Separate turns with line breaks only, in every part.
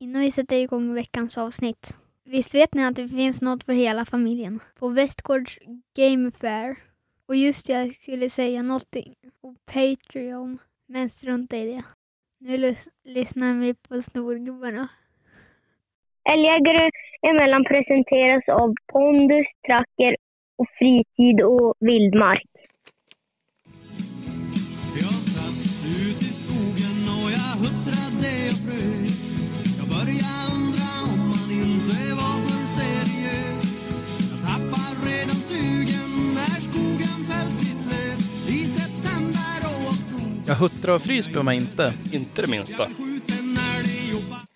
Innan vi sätter igång veckans avsnitt. Visst vet ni att det finns något för hela familjen? På Västgårds Game Fair. Och just det, jag skulle säga någonting om Patreon. Men strunta i det. Nu lys- lyssnar vi på snorgubbarna.
Älgjägare emellan presenteras av pondus, tracker och fritid och vildmark.
Jag satt ut i skogen och jag huttrade och frös Jag började undra om man inte var för seriös Jag tappar redan sugen när skogen fällt sitt löv I september och oktober
Jag huttrar och frys behöver man inte.
Inte det minsta.
skjuten älg och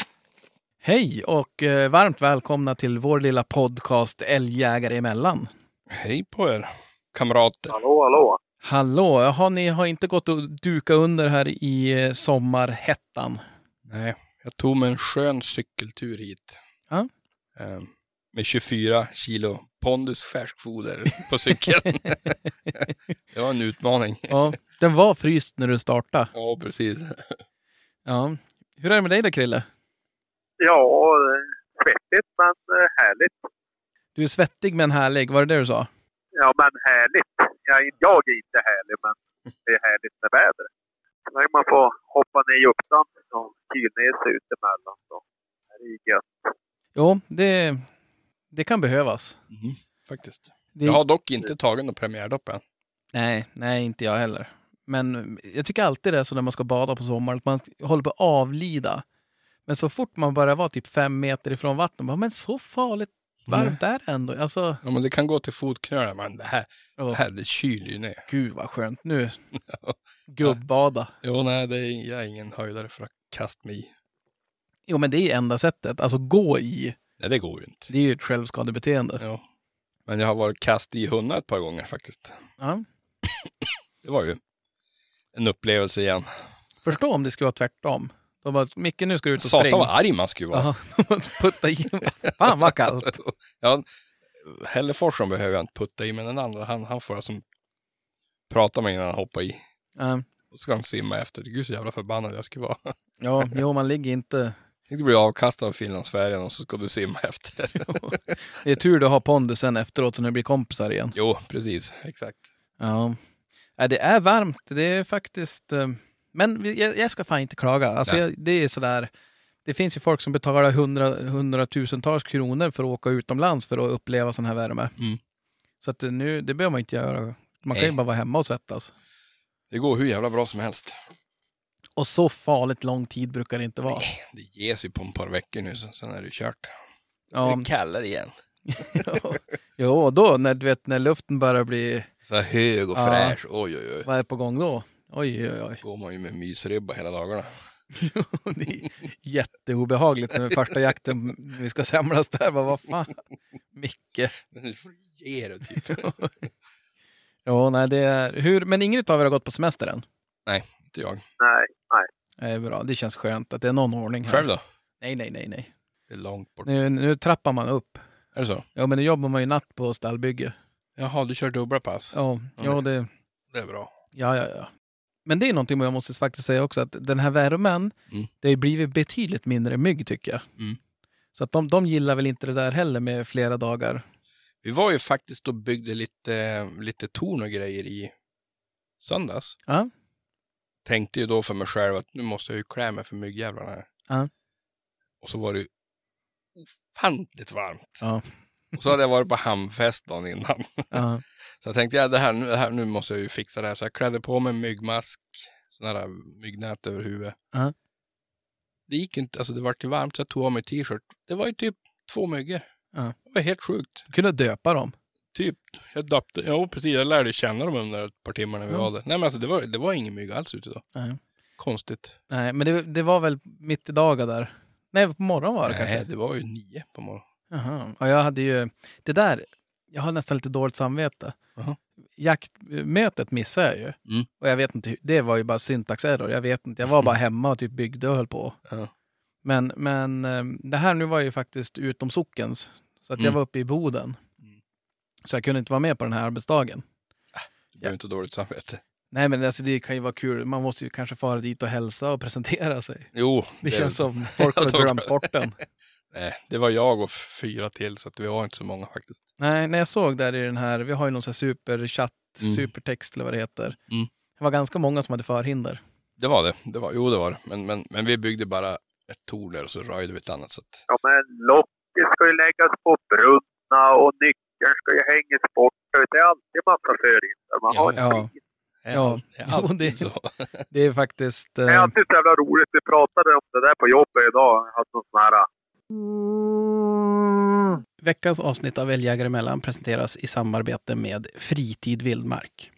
Hej och eh, varmt välkomna till vår lilla podcast Älgjägare emellan.
Hej på er, kamrater.
Hallå, hallå.
Hallå, jaha, ni har inte gått och duka under här i eh, sommarhettan.
Nej, jag tog mig en skön cykeltur hit.
Ja.
Ehm, Med 24 kilo pondus färskfoder på cykeln. det var en utmaning.
Ja, den var fryst när du startade.
Ja, precis.
Ja. Hur är det med dig då, Krille?
Ja, eh, svettigt men eh, härligt.
Du är svettig men härlig, var det det du sa?
Ja, men härligt. Jag, är- jag är inte härlig, men det är härligt med väder. När man får hoppa ner i Uppland och kylner sig utemellan så är det ju gött.
Jo, det, det kan behövas.
Mhm, faktiskt.
Det,
Jag har dock inte tagit någon premiärdopp än.
Nej, nej, inte jag heller. Men jag tycker alltid det är så när man ska bada på sommaren, att man håller på att avlida. Men så fort man börjar vara typ fem meter ifrån vattnet, bara, men så farligt varmt är det ändå. Alltså,
Ja, men det kan gå till fotknölarna, men det här,
åh,
det här det kyler ju ner.
gud vad skönt nu. Gubbada.
Jo, nej, det är, jag är ingen höjdare för att kasta mig i.
Jo, men det är ju enda sättet. Alltså gå i.
Nej, det går ju inte.
Det är ju ett självskadebeteende.
Jo. Men jag har varit kast i hundar ett par gånger faktiskt.
Ja.
Det var ju en upplevelse igen.
Förstå om det skulle vara tvärtom. De bara, Micke nu ska du ut och
Satan vad
springa.
arg man skulle vara.
Ja, putta i. Fan vad kallt.
Ja, Helleforsson behöver jag inte putta i, men den andra han, han får jag som prata med innan han hoppar i.
Ja,
Och så ska han simma efter. Gud så jävla förbannad jag skulle vara.
ja, jo, man ligger inte...
Tänk du bli avkastad av Finlandsfärjan och så ska du simma efter.
Det är tur du har pondusen efteråt så ni blir kompisar igen.
jo, precis. Exakt.
Ja. Nej, det är varmt. Det är faktiskt... eh, Men vi- jag, jag ska fan inte klaga. Alltså,
Nej.
jag, det är sådär... Det finns ju folk som betalar hundra, hundratusentals kronor för att åka utomlands för att uppleva sån här värme.
Mm.
Så att eh, nu, det behöver man inte göra. Man kan
Nej.
ju bara vara hemma och svettas.
Det går hur jävla bra som helst.
Och så farligt lång tid brukar det inte vara.
Det ges ju på ett par veckor nu, så- sen är det kört. Ja.
Ja,
Det kallar igen.
jo, och då när, du vet, när luften börjar bli...
Så här hög och
Ja.
fräsch. Oj, oj, oj.
Vad är på gång då? Oj, oj, oj.
Går man ju med mysribba hela dagarna.
Det är jätteobehagligt med första jakten vi ska samlas där. Bara, vad fan, Micke.
Men nu får du ge dig typ.
Ja, nej, det är hur, men ingen av er har gått på semester än.
Inte jag.
Nej,
Det är bra. Det känns skönt att det är någon ordning här.
Själv då?
Nej, nej, nej, nej.
Det är långt bort.
Nu, nu trappar man upp.
Är det så?
Ja, men nu jobbar man ju natt på stallbygge.
Jaha, du kör dubbla pass.
Ja,
Mm.
ja, det,
Det är bra.
ja, ja, ja. Men det är någonting jag måste faktiskt säga också, att den här värmen,
Mm.
det har ju blivit betydligt mindre mygg tycker jag.
Mm.
Så att de, de gillar väl inte det där heller med flera dagar.
Vi var ju faktiskt och byggde lite, lite torn och grejer i söndags.
Ja.
Tänkte ju då för mig själv att nu måste jag ju klä mig för myggjävlarna här.
Ja.
Och så var det ju ofantligt varmt.
Ja.
Och så hade jag varit på hamnfest dagen innan.
Ja,
Så jag tänkte, ja, det här, nu- det här, nu måste jag ju fixa det här. Så jag klädde på mig en myggmask, sådana här äh, myggnät över huvudet.
Ja.
Det gick ju inte, alltså det var ju varmt så jag tog av mig t-shirt. Det var ju typ två myggor.
Ja.
Det var helt sjukt.
kunde döpa dem.
Typ, jag döpte, jo precis, jag lärde känna dem under ett par timmar när vi
Mm.
var där. Nej men alltså det var, det var ingen mygg alls ute då.
Nej.
Konstigt.
Nej, men det, det var väl mitt i dagen där. Nej, på morgonen var det kanske.
Nej, det var ju nio på morgonen.
Jaha. Och jag hade ju, det där, jag har nästan lite dåligt samvete.
Jaha.
Jaktmötet missade jag ju.
Mm.
Och jag vet inte, hur- det var ju bara syntaxerror. Jag vet inte, jag var bara hemma och typ byggde och höll på.
Ja.
Men, men eh, det här nu var ju faktiskt utom sockens. Så att jag
Mm.
var uppe i Boden.
Mm.
Så jag kunde inte vara med på den här arbetsdagen.
Det blev inte dåligt samvete.
Nej, men alltså, det kan ju vara kul. Man måste ju kanske fara dit och hälsa och presentera sig.
Jo,
Det känns som folk
Jag
har
tror-
glömt bort den.
Nej, det var jag och fyra till, så att vi var inte så många faktiskt.
Nej, när jag såg där i den här, vi har ju någon sån här superchatt,
Mm.
supertext eller vad det heter.
Mm.
Det var ganska många som hade förhinder.
Det var det. det var, jo, det var det. Men, men, men vi byggde bara ett torn där och så röjde vi ett annat. Så att,
Ja, men locket ska ju läggas på brunna och nyckeln ska ju hängas bort. Det är alltid massa förhinder. Man
Ja,
har
ja.
skit.
det är
Ja,
allt- det är
jo,
alltid
det-
så.
Det är faktiskt...
Det är
Eh,
alltid så jävla roligt. Vi pratade om det där på jobbet idag. Jag hade någon sån här...
veckans avsnitt av Älgjägare emellan presenteras i samarbete med Fritid Vildmark.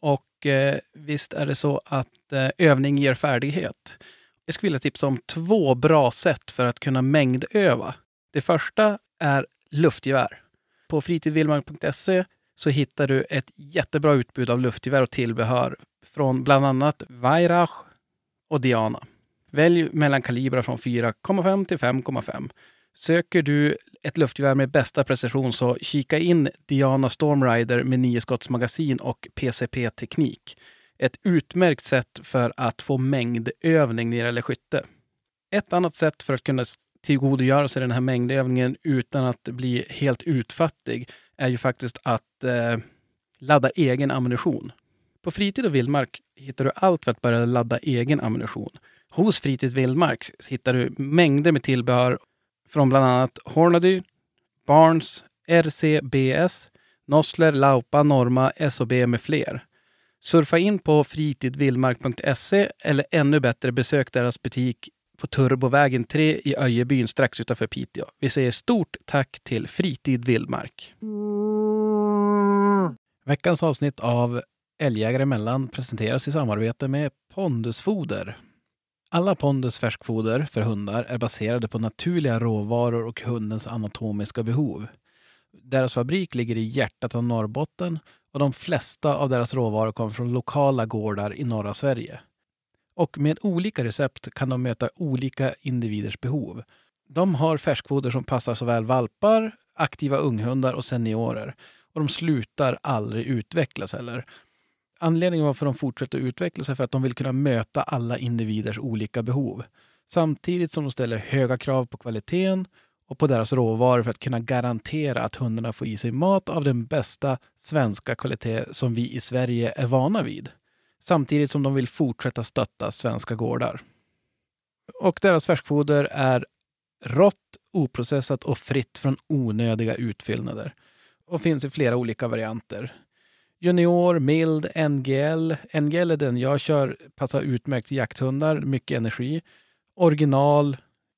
Och eh, visst är det så att eh, övning ger färdighet. Jag skulle vilja tipsa om två bra sätt för att kunna mängdöva. Det första är luftgevär. På fritidvildmark.se så hittar du ett jättebra utbud av luftgevär och tillbehör från bland annat Vairach och Diana. Välj mellan kalibrar från 4,5 till 5,5. Söker du ett luftgevär med bästa precision så kika in Diana Stormrider med 9 skotts magasin och PCP-teknik. Ett utmärkt sätt för att få mängdövning när det gäller skytte. Ett annat sätt för att kunna tillgodogöra sig den här mängdövningen utan att bli helt utfattig är ju faktiskt att eh, ladda egen ammunition. På fritid och vildmark hittar du allt för att börja ladda egen ammunition. Hos Fritid Vildmark hittar du mängder med tillbehör från bland annat Hornady, Barnes, RCBS, Nossler, Laupa, Norma, SOB med fler. Surfa in på fritidvildmark.se E eller ännu bättre besök deras butik på Turbovägen 3 i Öjebyn strax utanför Piteå. Vi säger stort tack till Fritid Vildmark. Veckans avsnitt av Älgjägare emellan presenteras i samarbete med Pondusfoder. Alla Pondus färskfoder för hundar är baserade på naturliga råvaror och hundens anatomiska behov. Deras fabrik ligger i hjärtat av Norrbotten och de flesta av deras råvaror kommer från lokala gårdar i norra Sverige. Och med olika recept kan de möta olika individers behov. De har färskfoder som passar såväl valpar, aktiva unghundar och seniorer. Och de slutar aldrig utvecklas heller anledningen varför de fortsätter att utvecklas är för att de vill kunna möta alla individers olika behov. Samtidigt som de ställer höga krav på kvaliteten och på deras råvaror för att kunna garantera att hundarna får i sig mat av den bästa svenska kvalitet som vi i Sverige är vana vid. Samtidigt som de vill fortsätta stötta svenska gårdar. Och deras färskfoder är rått, oprocessat och fritt från onödiga utfyllnader och finns i flera olika varianter. Junior, mild, NGL. NGL är den jag kör, passar utmärkt till jakthundar, mycket energi. Original,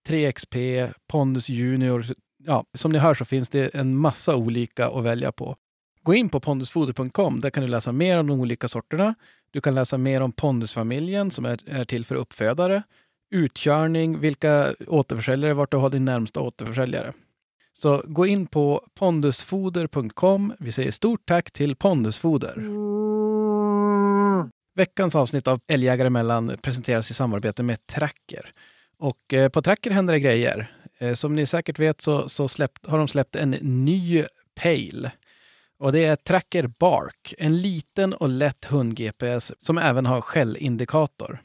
3XP, Pondus Junior. Ja, som ni hör så finns det en massa olika att välja på. Gå in på pondusfoder.com. Där kan du läsa mer om de olika sorterna. Du kan läsa mer om pondusfamiljen som är, är till för uppfödare, utkörning, vilka återförsäljare, vart du har din närmsta återförsäljare. Så gå in på pondusfoder.com. Vi säger stort tack till Pondusfoder. Veckans avsnitt av Älgjägare mellan presenteras i samarbete med Tracker. Och eh, på Tracker händer det grejer. Eh, som ni säkert vet så, så släppt, har de släppt en ny Pale. Och det är Tracker Bark, en liten och lätt hund-GPS som även har skällindikator.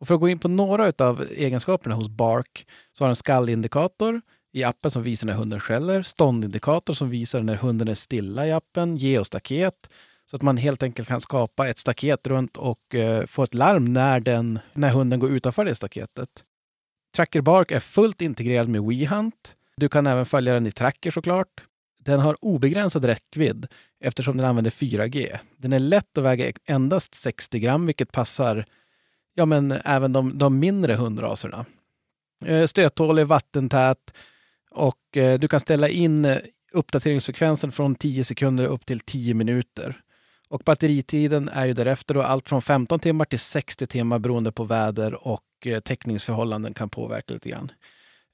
Och för att gå in på några av egenskaperna hos Bark så har den skallindikator, i appen som visar när hunden skäller, ståndindikator som visar när hunden är stilla i appen, geostaket, så att man helt enkelt kan skapa ett staket runt och eh, få ett larm när, den, när hunden går utanför det staketet. Tracker Bark är fullt integrerad med WeHunt. Du kan även följa den i Tracker såklart. Den har obegränsad räckvidd eftersom den använder 4G. Den är lätt att väga e-, endast 60 gram, vilket passar ja, men även de, de mindre hundraserna. Eh, Stöthål är vattentät och eh, du kan ställa in eh, uppdateringsfrekvensen från 10 sekunder upp till 10 minuter. Och batteritiden är ju därefter då allt från 15 timmar till 60 timmar beroende på väder och eh, täckningsförhållanden kan påverka lite grann.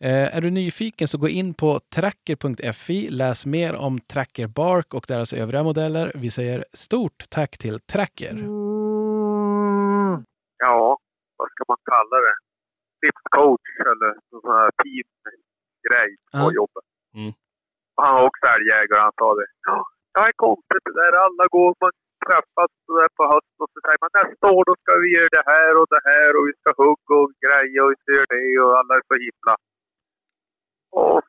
Eh, Är du nyfiken så gå in på tracker.fi, läs mer om Tracker Bark och deras övriga modeller. Vi säger stort tack till Tracker.
Ja, vad ska man kalla det? Tipscoach eller någon sån här teamgrej på
Ja.
jobbet.
Mm.
Och Han var också älgjägare, han sa det. Ja, det är konstigt det där. Alla går, man träffas så där på hösten och så säger man gör det här och det här och vi ska hugga och greja och vi ska göra det och alla är så himla... Och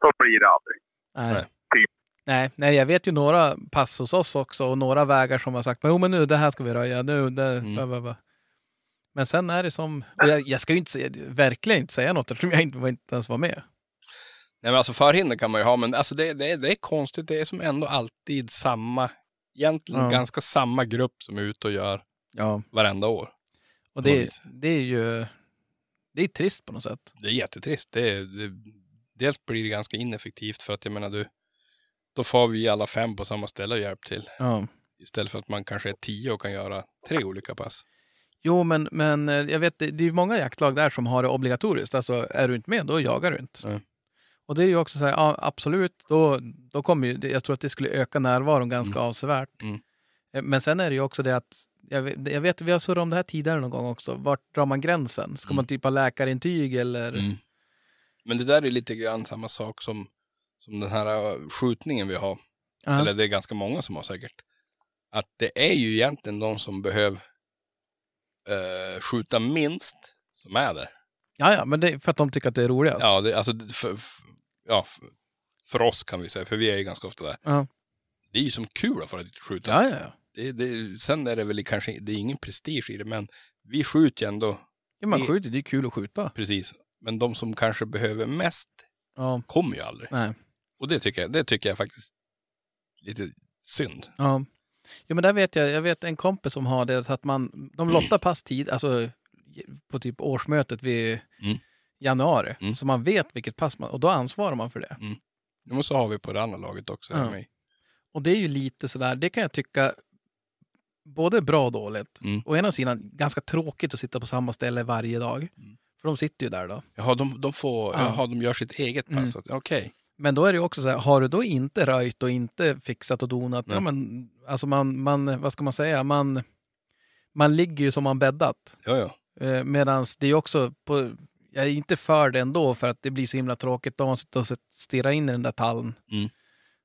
så blir det aldrig.
Nej.
Typ.
Nej, nej, jag vet ju några pass hos oss också och några vägar som har sagt men, jo, men nu det här ska vi röja, nu det,
Mm.
va, va, va. Men sen är det som, och jag, jag ska ju inte, säga- verkligen inte säga något eftersom jag inte, var- inte ens var med.
Nej, men alltså förhinder kan man ju ha, men alltså det, det, det är konstigt. Det är som ändå alltid samma, egentligen
Ja.
ganska samma grupp som är ute och gör
Ja.
varenda år.
Och
På något
det,
vis.
det är ju, det är trist på något sätt.
Det är jättetrist. Det, är- det, dels blir det ganska ineffektivt för att jag menar du, då får vi alla fem på samma ställe och hjälp till.
Ja.
Istället för att man kanske är tio och kan göra tre olika pass.
Jo, men, men eh, jag vet, det, det är ju många jaktlag där som har det obligatoriskt. Alltså, är du inte med, då jagar du inte.
Nej.
Och det är ju också så här, ja, absolut, då, då kommer ju, det- jag tror att det skulle öka närvaron ganska avsevärt.
Mm.
Eh, Men sen är det ju också det att, jag vet, jag vet vi har surrat om det här tidigare någon gång också, vart drar man gränsen? Ska
Mm.
man typ ha läkarintyg eller?
Mm. Men det där är lite grann samma sak som, som den här eh, skjutningen vi har.
Ja.
eller det är ganska många som har säkert, att det är ju egentligen de som behöver eh, skjuta minst som är där.
ja, ja, men det är för att de tycker att det är roligast.
Ja, det, alltså, det- för, för, ja, för, för oss kan vi säga, för vi är ju ganska ofta där.
Ja.
Det är ju som kul för att skjuta.
ja, ja. ja.
Det, det, sen är det väl kanske, det är ingen prestige i det, men vi skjuter ju ändå,
ja man
Det-
skjuter, det är kul att skjuta.
precis. Men de som kanske behöver mest
Ja,
kommer ju aldrig.
nej.
Och det tycker jag, det tycker jag faktiskt lite synd.
Ja. ja, men där vet jag. Jag vet en kompis som har det så att man, de lottar pass tid, alltså på typ årsmötet vid
Mm.
januari,
Mm.
så man vet vilket pass man, och då ansvarar man för det.
Och så har vi på det andra laget också.
Ja.
här med.
Och det är ju lite sådär, det kan jag tycka både bra och dåligt.
Mm.
Å ena sidan ganska tråkigt att sitta på samma ställe varje dag,
Mm.
för de sitter ju där då.
Jaha, de, de, får,
Ja.
jaha, de gör sitt eget
Mm.
pass. att- Okej.
Men då är det ju också så här, har du då inte röjt och inte fixat och donat,
Nej.
ja, men, alltså man, man, vad ska man säga, man, man ligger ju som man bäddat.
Ja, ja.
Medan Eh, det är ju också, på, jag är inte för det ändå för att det blir så himla tråkigt. Då har man suttit och sett- stirrat in i den där tallen
Mm.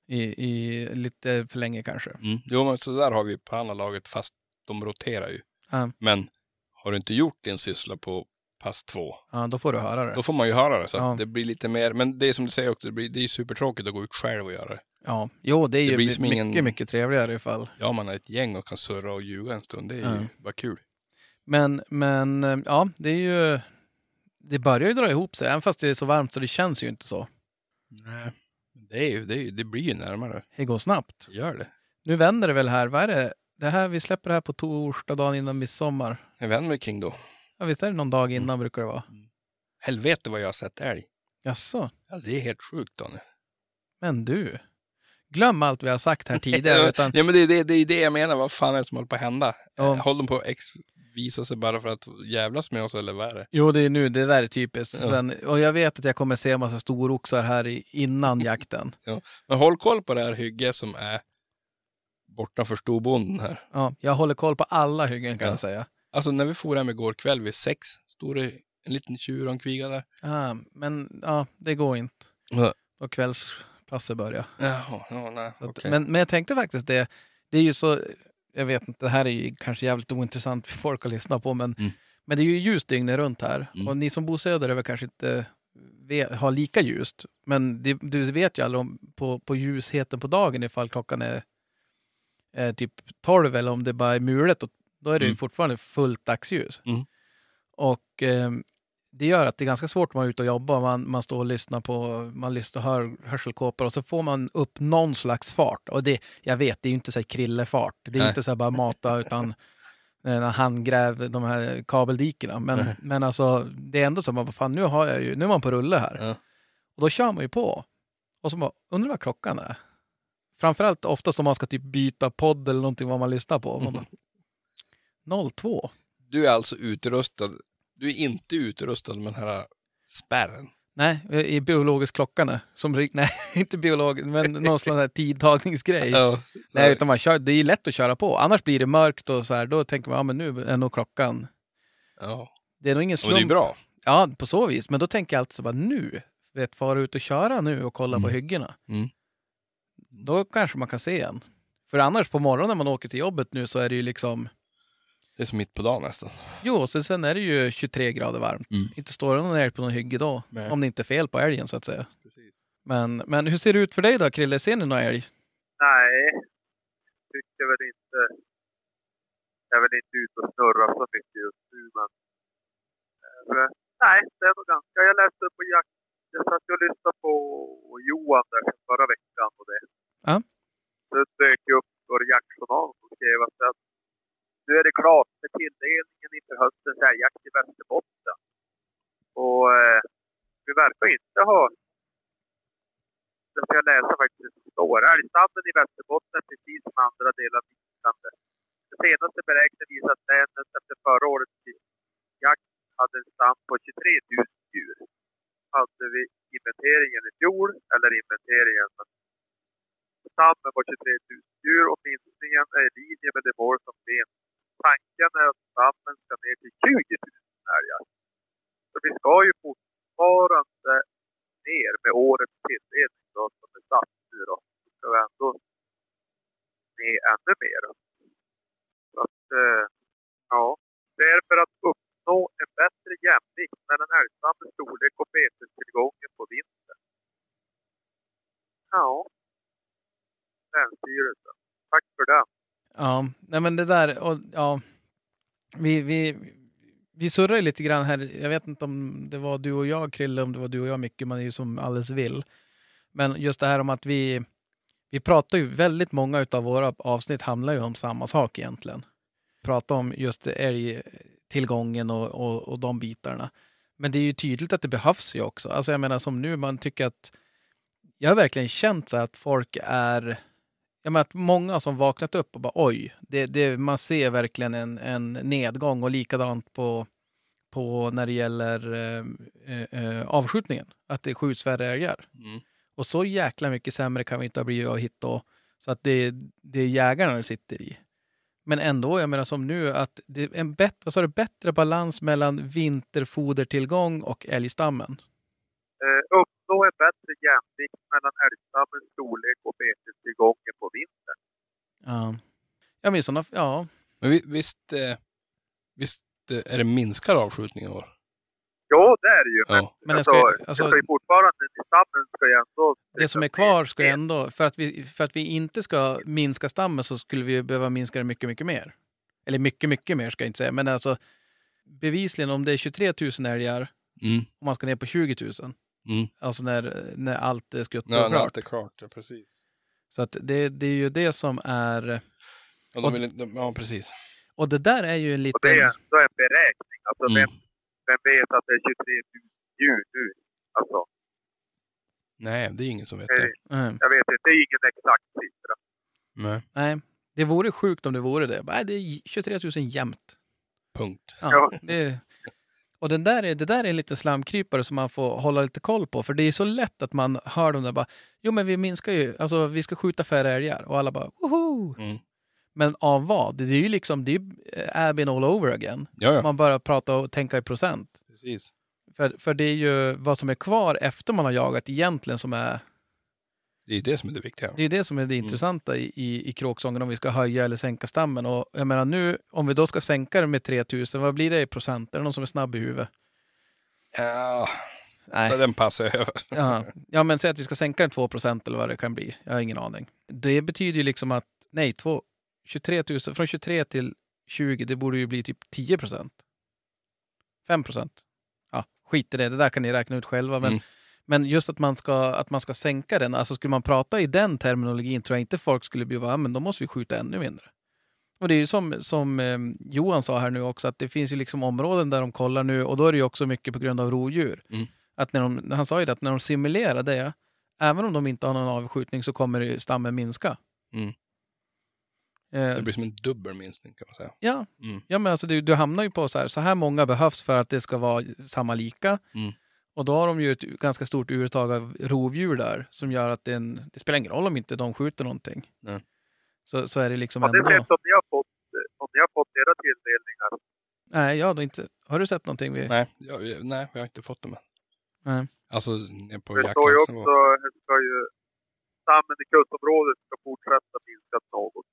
i, i lite för länge kanske.
Mm. Jo, men så där har vi på andra laget, fast de roterar ju.
Ja.
Men har du inte gjort din syssla på pass två,
Ja, då får du höra det.
då får man ju höra det. Så att
Ja.
det blir lite mer, men det är som du säger också, det, blir, det är ju supertråkigt att gå ut själv och göra det.
Ja, jo, det är
Det
ju
blir som
mycket,
ingen-
mycket trevligare ifall.
Ja, man är ett gäng och kan surra och ljuga en stund. Det är ju
Ja.
bara kul.
Men, men eh, ja, det är ju... Det börjar ju dra ihop sig, även fast det är så varmt så det känns ju inte så.
Nej. Det, är ju, det, är ju, det blir ju närmare.
Det går snabbt.
Gör det.
Nu vänder det väl här. Vad är det? det här, vi släpper det här på torsdag dagen innan midsommar.
Jag vänder mig kring då.
Ja, visst är det någon dag
Mm.
innan brukar det vara?
Helvete vad jag har sett älg.
Jaså?
Ja, det är helt sjukt, Daniel.
Men du, glöm allt vi har sagt här tidigare. Utan,
Ja, men det, är det, det är ju det jag menar. Vad fan är det som håller på att hända? Eh,
Ja.
Håller de på att ex- visa sig bara för att jävlas med oss eller vad är det?
jo, det är nu, det där är typiskt.
Ja.
Sen, och jag vet att jag kommer se en massa storoxar här i, innan jakten.
Men håll koll på det här hygge som är bortanför storbonden här.
Ja, jag håller koll på alla hyggen kan
Ja.
jag säga.
Alltså när vi for hem igår kväll vid sex stod det en liten tjur och en kviga där.
Ah, men ja, det går inte.
Ja.
Då kvällspasset börjar.
Jaha, ja, nej,
Så att,
okej.
men, men jag tänkte faktiskt det, det är ju så, jag vet inte, det här är ju kanske jävligt ointressant för folk att lyssna på, men,
Mm.
men det är ju ljust dygnet runt här.
Mm.
Och ni som bor söderöver kanske inte vet, har lika ljust, men det, du vet ju aldrig om, på, på ljusheten på dagen ifall klockan är eh, typ 12 eller om det bara är mulet, och då är det ju
Mm.
fortfarande fullt dagsljus.
Mm.
Och eh, det gör att det är ganska svårt när man är ute och jobbar. Man, man står och lyssnar på, man lyssnar och hör hörselkåpor och så får man upp någon slags fart. Och det, jag vet, det är ju inte så här krillefart. Det är ju
Nej.
inte så här bara mata utan eh, när han gräv de här kabeldikena. Men,
Nej.
men alltså, det är ändå så att man bara, fan nu, har jag ju, nu är man på rulle här.
Ja.
Och då kör man ju på. Och så bara, undrar vad klockan är. Framförallt oftast om man ska typ byta podd eller någonting vad man lyssnar på. Man bara, 02.
Du är alltså utrustad, du är inte utrustad med den här spärren.
Nej, i biologisk klocka nu. Som, rik- nej, inte biologisk, men någon sån här tidtagningsgrej.
Ja, så-
Nej, utan man kör, det är ju lätt att köra på. Annars blir det mörkt och så här, då tänker man, ja men nu är nog klockan.
ja.
Det är nog ingen
Men det är ju
slump.
bra.
Ja, på så vis. Men då tänker jag alltså bara nu, vet, fara ut och köra nu och kolla på
Mm.
hyggena.
Mm.
Då kanske man kan se en. För annars på morgonen när man åker till jobbet nu så är det ju liksom,
Det är som mitt på dagen nästan.
Jo, så sen är det ju 23 grader varmt.
Mm.
Inte står det någon älg på någon hygge då.
Nej.
Om det inte är fel på älgen så att säga. Men, men hur ser det ut för dig då Krille? Ser ni någon älg?
Nej, tycker väl inte... Jag är väl inte ute och snurrar så mycket just nu, men... eh, Nej, det är nog ganska... Jag läste på jakt... Jag satt ju och lyssnade på Johan där från förra veckan och det.
Ja.
Så dök ju upp vår jaktjournal som skrev att att nu är det klart med tilldelningen inför höstens älgjakt i Västerbotten. Och eh, vi verkar inte ha den ska jag läsa faktiskt. Det står älgstammen i Västerbotten är precis som andra delar av landet. Den senaste beräkningen visar att länet efter förra årets jakt hade en stam på 23 000 djur. Hade vi inventeringen i fjol, eller inventeringen, men stammen var 23 000 djur och minskningen är i linje med det mål som finns. Tanken är att stammen ska ner till 20 000 älgar. Så vi ska ju fortfarande ner med årets tilldelning då, som är satt nu då. Så ska vi ändå ner ännu mer. Så att, eh, ja. Det är för att uppnå en bättre jämvikt mellan älgstammens storlek och betestillgången på vintern. Ja. Länsstyrelsen. Tack för det.
Ja, nej men det där, och, ja. Vi, vi, vi surrar ju lite grann här, jag vet inte om det var du och jag Krille, om det var du och jag Micke, man är ju som alldeles vill. Men just det här om att vi, vi pratar ju, väldigt många av våra avsnitt handlar ju om samma sak egentligen. Prata om just älgtillgången och, och, och de bitarna. Men det är ju tydligt att det behövs ju också. Alltså jag menar som nu, man tycker att, jag har verkligen känt så här att folk är, jag menar att många som vaknat upp och bara oj, det, det, man ser verkligen en, en nedgång och likadant på, på när det gäller eh, eh, eh, avskjutningen, att det skjuts färre älgar.
Mm.
Och så jäkla mycket sämre kan vi inte ha blivit av hit då. Så att det, det är jägarna det sitter i. Men ändå, jag menar som nu, att det är en bättre, vad sa du, bättre balans mellan vinterfodertillgång och älgstammen.
Eh, uppnå en bättre jämvikt mellan älgstammens storlek och betestillgången på vintern.
Ja. Ja, men i sådana, ja.
Men vi- visst, eh, visst eh, är det minskad avskjutning i år?
Jo, det är det ju. Men,
Ja.
Men jag
alltså,
ska,
det
alltså,
ska ju fortfarande, stammen ska ju ändå...
det som är kvar ska ju ändå, för att, vi, för att vi inte ska minska stammen så skulle vi behöva minska den mycket, mycket mer. Eller mycket, mycket mer ska jag inte säga, men alltså bevisligen om det är 23 000 älgar
Mm.
och man ska ner på 20 000,
Mm.
alltså när, när allt är skutt
Ja,
och klart.
är klart. Ja, precis.
Så att det, det är ju det som är,
Ja,
Och-
de vill, inte- de, ja precis.
och det där är ju en
Och det är
liten,
ändå en beräkning. Alltså,
Mm.
vem, vem vet att det är 23 000 djur nu? Alltså,
Nej, det är ingen som vet
eh,
det.
Mm.
jag vet inte. Det är ingen exakt siffra.
Nej.
nej, det vore sjukt om det vore det. Nej, det är 23 000 jämt.
Punkt.
Ja,
Ja.
det, och den där är, det där är en liten slamkrypare som man får hålla lite koll på. För det är så lätt att man hör dem där bara, jo men vi minskar ju, alltså vi ska skjuta färre älgar. Och alla bara, woho!
Mm.
Men av vad? Det är ju liksom, det är ju eh, Abin all over again.
Ja, ja.
Man börjar prata och tänka i procent.
Precis.
För, för det är ju vad som är kvar efter man har jagat egentligen som är,
Det är det som är det viktiga.
det är ju det som är det intressanta i, i, i kråksången om vi ska höja eller sänka stammen. Och jag menar nu, om vi då ska sänka den med 3000, vad blir det i procent? Är det någon som är snabb i huvudet?
Ja,
Nej.
den passar jag över.
Ja, ja men säg att vi ska sänka den 2 eller vad det kan bli. Jag har ingen aning. Det betyder ju liksom att, nej, två, 23 000, från 23 till 20, det borde ju bli typ 10 5 Ja, skit i det. Det där kan ni räkna ut själva. Men,
Mm.
men just att man, ska, att man ska sänka den, alltså skulle man prata i den terminologin tror jag inte folk skulle bli bara, "Ah, men då måste vi skjuta ännu mindre. Och det är ju som, som eh, Johan sa här nu också, att det finns ju liksom områden där de kollar nu och då är det ju också mycket på grund av rovdjur.
Mm.
Att när de, han sa ju det, att när de simulerar det, även om de inte har någon avskjutning så kommer ju stammen minska.
Mm.
Eh,
Så det blir som en dubbel minskning kan man säga.
Ja,
Mm.
ja men alltså du, du hamnar ju på så här, så här många behövs för att det ska vara samma lika.
Mm.
Och då har de ju ett ganska stort uttag av rovdjur där som gör att det, är en, det spelar ingen roll om inte de skjuter någonting.
Nej.
Så, så är det liksom
Ja, det
ändå.
ser ut som ni har fått, om ni har fått era tilldelningar.
Nej, jag har inte. Har du sett någonting? Vi...
Nej, jag, jag, nej, jag har inte fått dem än.
Nej.
Alltså, ner på
Det står ju
jaktlagsnivå.
också, det ska ju, stammen i kustområdet ska fortsätta minska något.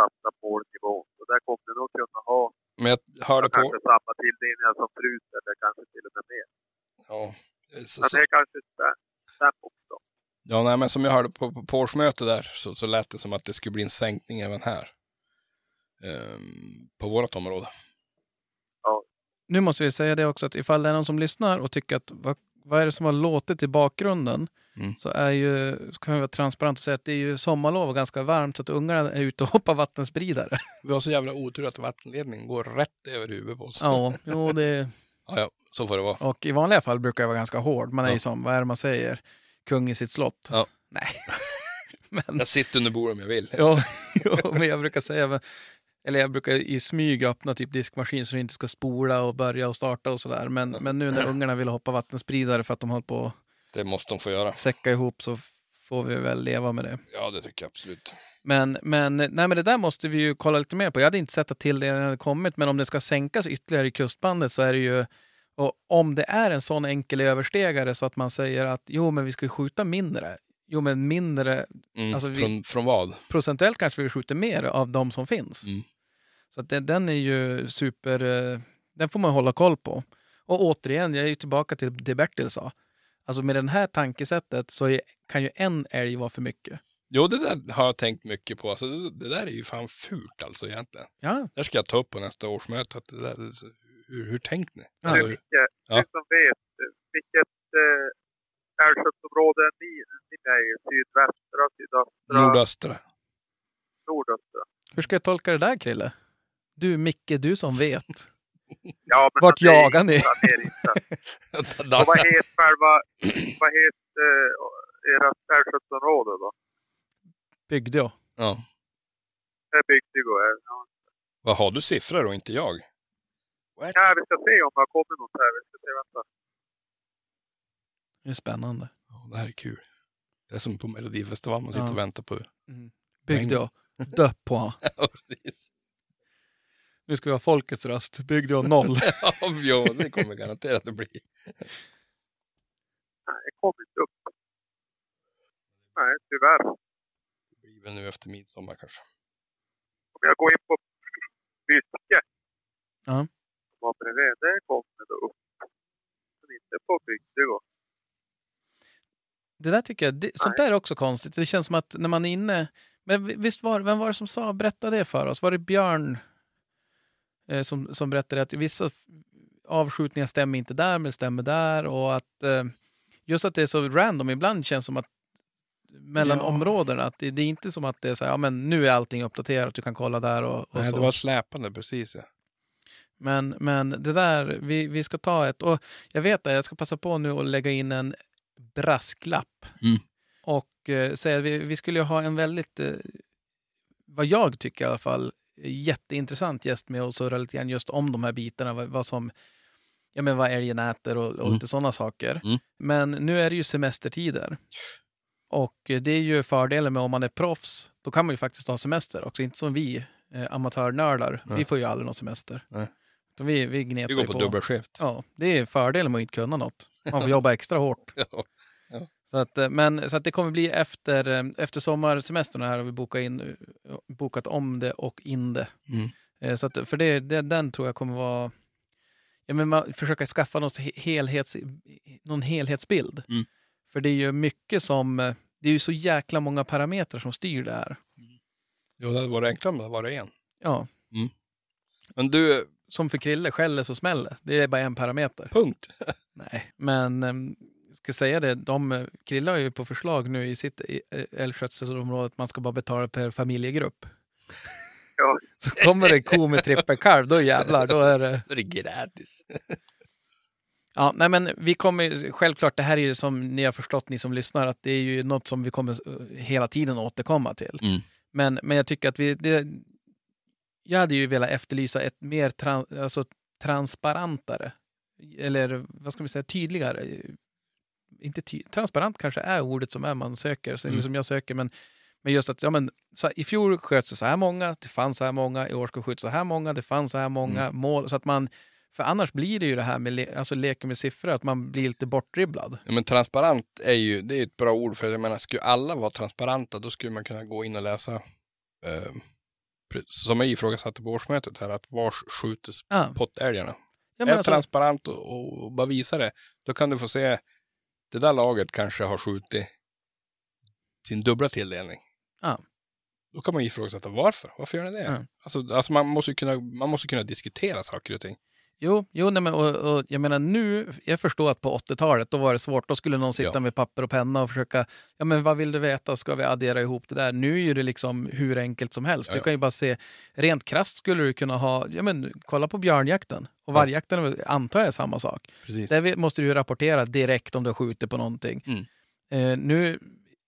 satta på nivån. Så där kommer du nog kunna ha
Men jag hörde på...
kanske samma tilldelningar som förut eller kanske till och med mer.
Ja, så,
Men
så,
det är kanske stä- stämmer också.
ja nej, men som jag hörde på, på, på årsmötet där så, så lät det som att det skulle bli en sänkning även här. Ehm, på vårt område.
Nu måste vi säga det också att ifall det är någon som lyssnar och tycker att vad, vad är det som har låtit i bakgrunden
Mm.
så är ju, så kan vi vara transparent och säga att det är ju sommarlov och ganska varmt så att ungarna är ute och hoppar vattenspridare.
Vi har så jävla otur att vattenledningen går rätt över huvudet på oss.
Ja, jo, det,
ja, ja, så får det vara.
och i vanliga fall brukar jag vara ganska hård. Man är
Ja.
ju som, vad är det man säger? Kung i sitt slott.
Ja.
Nej. Men,
Jag sitter under bordet om jag vill.
jo, jo, men jag brukar säga, men- eller jag brukar i smyg öppna typ diskmaskin så det inte ska spola och börja och starta och sådär. Men, men nu när ungarna vill hoppa vattenspridare för att de håller på
Det måste de få göra.
säcka ihop så får vi väl leva med det.
Ja, det tycker jag absolut.
Men, men, nej, men det där måste vi ju kolla lite mer på. Jag hade inte sett att tilldelningen hade kommit, men om det ska sänkas ytterligare i kustbandet så är det ju... Och om det är en sån enkel överstegare så att man säger att jo, men vi ska ju skjuta mindre. Jo, men mindre
Mm.
Alltså, vi-
från, från vad?
procentuellt kanske vi skjuter mer av de som finns.
Mm.
Så att det, den är ju super... eh, Den får man hålla koll på. Och återigen, jag är ju tillbaka till det Bertil sa. Alltså med det här tankesättet så är, kan ju en älg vara för mycket.
Jo, det där har jag tänkt mycket på. Alltså, det, det där är ju fan fult alltså egentligen.
Ja,
Där ska jag ta upp på nästa årsmöte. Att det där, hur, hur tänkte ni?
Ja.
Alltså,
Vilket,
Ja.
Du som vet eh, vilket eh, älgskötselområde ni, ni är i? Sydvästra, sydöstra,
nordöstra.
nordöstra?
Hur ska jag tolka det där, Krille? Du, Micke, du som vet.
Ja, men
Vart
det är
jagar ni?
planeringsstöd. Och vad
Danne,
heter själva, vad heter eh, ert älgskötselområde då?
Byggde jag.
ja.
Det är Bygdegå. eh, Ja.
Vad har du siffror och inte jag?
Ja, vi ska se om det har kommit något här. Vi ska se, vänta.
Det är spännande.
Ja, det här är kul. Det är som på Melodifestivalen, man sitter
Ja.
och väntar på.
Byggde jag. Dö på.
Ja, precis.
Nu ska vi ha folkets röst. Byggde jag noll.
ja, det kommer garanterat att bli.
Nej, det kom inte upp. Nej, tyvärr.
Det blir väl nu efter midsommar kanske.
Om jag går in på Byske.
Ja.
som var bredvid, där kom det då upp. Men inte på Bygdegå.
Det där tycker jag, det, sånt där är också konstigt. Det känns som att när man är inne... Men vi- visst var vem var det som sa, berätta det för oss? Var det Björn eh, som, som berättade att vissa f- avskjutningar stämmer inte där, men stämmer där och att eh, just att det är så random ibland känns som att mellan
Ja.
områdena, att det, det är inte som att det är så här, ja men nu är allting uppdaterat, du kan kolla där och, och
Nej,
så.
det var släpande, precis. Ja.
Men, men det där, vi, vi ska ta ett. Och jag vet det, jag ska passa på nu och lägga in en brasklapp.
Mm.
Och eh, säga att vi, vi skulle ju ha en väldigt, eh, vad jag tycker i alla fall, jätteintressant gäst med och surra lite grann just om de här bitarna. Vad, vad som, ja men vad älgen äter och, och
Mm.
lite sådana saker.
Mm.
Men nu är det ju semestertider. Och eh, det är ju fördelen med om man är proffs, då kan man ju faktiskt ha semester också. Inte som vi eh, amatörnördar,
Nej.
vi får ju aldrig någon semester.
Nej.
Utan vi, vi gnetar
Vi går
ju
på dubbla skift.
Ja, det är fördelen med att inte kunna något. Man får jobba extra hårt.
Ja.
Så att, eh, men, så att det kommer bli efter, eh, efter sommarsemestern här har vi bokat, in, eh, bokat om det och in det.
Mm.
Eh, Så att, för det, det, den tror jag kommer vara... Ja, men man försöka skaffa något he- helhets, någon helhetsbild.
Mm.
För det är ju mycket som... eh, Det är ju så jäkla många parametrar som styr det här.
Jo, det hade varit enklare om det hade varit en.
Ja,
Men du,
som för Krille, skäller så smäller. Det är bara en parameter.
punkt.
Nej, men ehm, jag ska säga det, de eh, krillar ju på förslag nu i sitt eh, älgskötselområde att man ska bara betala per familjegrupp.
Ja.
Så kommer det en ko med trippelkalv, då jävlar, då är det...
Det är gratis.
Ja, nej men vi kommer, självklart, det här är ju som ni har förstått, ni som lyssnar, att det är ju något som vi kommer eh, hela tiden återkomma till.
Mm.
Men, men jag tycker att vi, det, jag hade ju velat efterlysa ett mer tran, alltså, transparentare, eller vad ska vi säga, tydligare. eh, Inte ty, transparent kanske är ordet som är man söker, så, eller
Mm.
som jag söker, men, men just att ja, men, så, i fjol sköts det så här många, det fanns så här många, i år ska skjutas så här många, det fanns så här många
Mm.
mål, så att man för annars blir det ju det här med le- alltså leken med siffror, att man blir lite bortdribblad.
Ja, men transparent är ju det är ju ett bra ord för jag menar, skulle alla vara transparenta då skulle man kunna gå in och läsa eh, som jag ifrågasatte på årsmötet här, att vars skjuts
Ja.
pottälgarna?
Ja,
är
men alltså,
transparent och, och bara visa det, då kan du få se, det där laget kanske har skjutit sin dubbla tilldelning.
Ja.
Då kan man ju ifrågasätta varför. Varför gör ni det?
Ja.
Alltså, alltså man, måste ju kunna, man måste kunna diskutera saker och ting.
jo, jo nej, men, och, och, jag menar nu, jag förstår att på 80-talet då var det svårt. Då skulle någon sitta
Ja.
med papper och penna och försöka, ja men vad vill du veta, ska vi addera ihop det där? Nu är ju det liksom hur enkelt som helst.
Ja,
Du
ja.
kan ju bara se, rent krasst skulle du kunna ha, ja men kolla på björnjakten. Och
Ja.
vargjakten är väl- antar jag är samma sak.
Precis.
Där vi- måste du ju rapportera direkt om du skjuter på någonting.
Mm.
Eh, nu,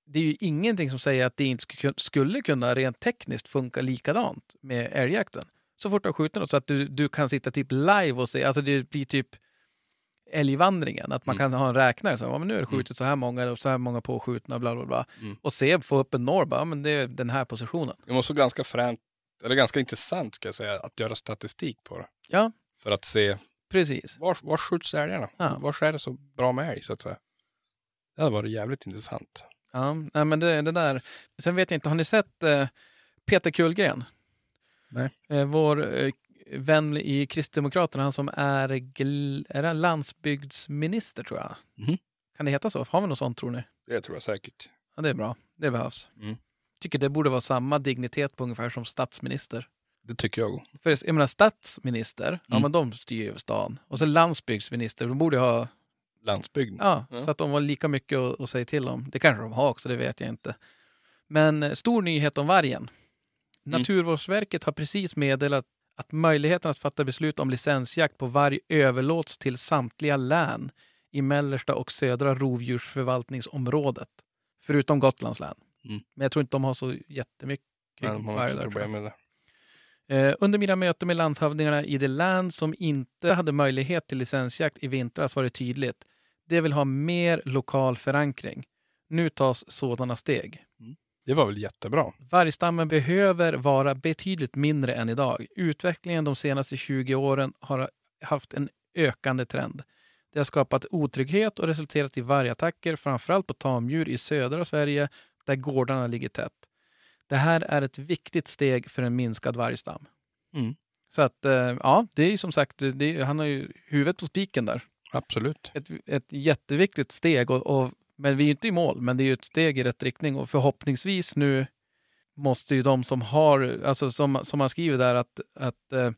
det är ju ingenting som säger att det inte sku- skulle kunna rent tekniskt funka likadant med älgjakten. Så fort du har skjutit något så att du, du kan sitta typ live och se, alltså det blir typ älgvandringen, att man
Mm.
kan ha en räknare, så, här, ja, men nu har det skjutit så här många, och så här många påskjutna, bla bla bla.
Mm.
Och se, få upp en norr, bara, ja, men det är den här positionen.
Det måste vara ganska fränt, eller ganska intressant ska jag säga, att göra statistik på det.
Ja.
För att se,
Precis.
var, var skjuts älgarna?
Ja.
Var är det så bra med älg, så att säga? Det hade varit jävligt intressant.
Ja, nej, men det, det där. Sen vet jag inte, har ni sett eh, Peter Kullgren?
Nej.
Eh, vår eh, vän i Kristdemokraterna, han som är, gl- är han landsbygdsminister tror jag.
Mhm.
Kan det heta så? Har vi något sånt tror ni?
Det tror jag säkert.
Ja, det är bra. Det behövs.
Mm.
Tycker det borde vara samma dignitet på ungefär som statsminister.
Det tycker jag.
För jag menar statsminister, ja
Mm.
men de styr ju över stan. Och sen landsbygdsminister, de borde ju ha
Landsbygden.
Ja,
Ja.
så att de har lika mycket att, att säga till om. Det kanske de har också, det vet jag inte. Men eh, stor nyhet om vargen.
Mm.
Naturvårdsverket har precis meddelat att möjligheten att fatta beslut om licensjakt på varg överlåts till samtliga län i mellersta och södra rovdjursförvaltningsområdet. Förutom Gotlands län.
Mm.
Men jag tror inte de har så jättemycket
Men man har
varg
inte
där. tror jag.
problem med det.
Eh, Under mina möten med landshövdingarna i det län som inte hade möjlighet till licensjakt i vintras var det tydligt. De vill ha mer lokal förankring. Nu tas sådana steg.
Det var väl jättebra.
Vargstammen behöver vara betydligt mindre än idag. Utvecklingen de senaste 20 åren har haft en ökande trend. Det har skapat otrygghet och resulterat i vargattacker, framförallt på tamdjur i södra Sverige där gårdarna ligger tätt. Det här är ett viktigt steg för en minskad vargstam.
Mm.
Så att, eh, ja, det är ju som sagt, det är, han har ju huvudet på spiken där.
Absolut.
Ett, ett jätteviktigt steg, och, och, men vi är ju inte i mål, men det är ju ett steg i rätt riktning och förhoppningsvis nu måste ju de som har, alltså som, som man skriver där, att, att eh,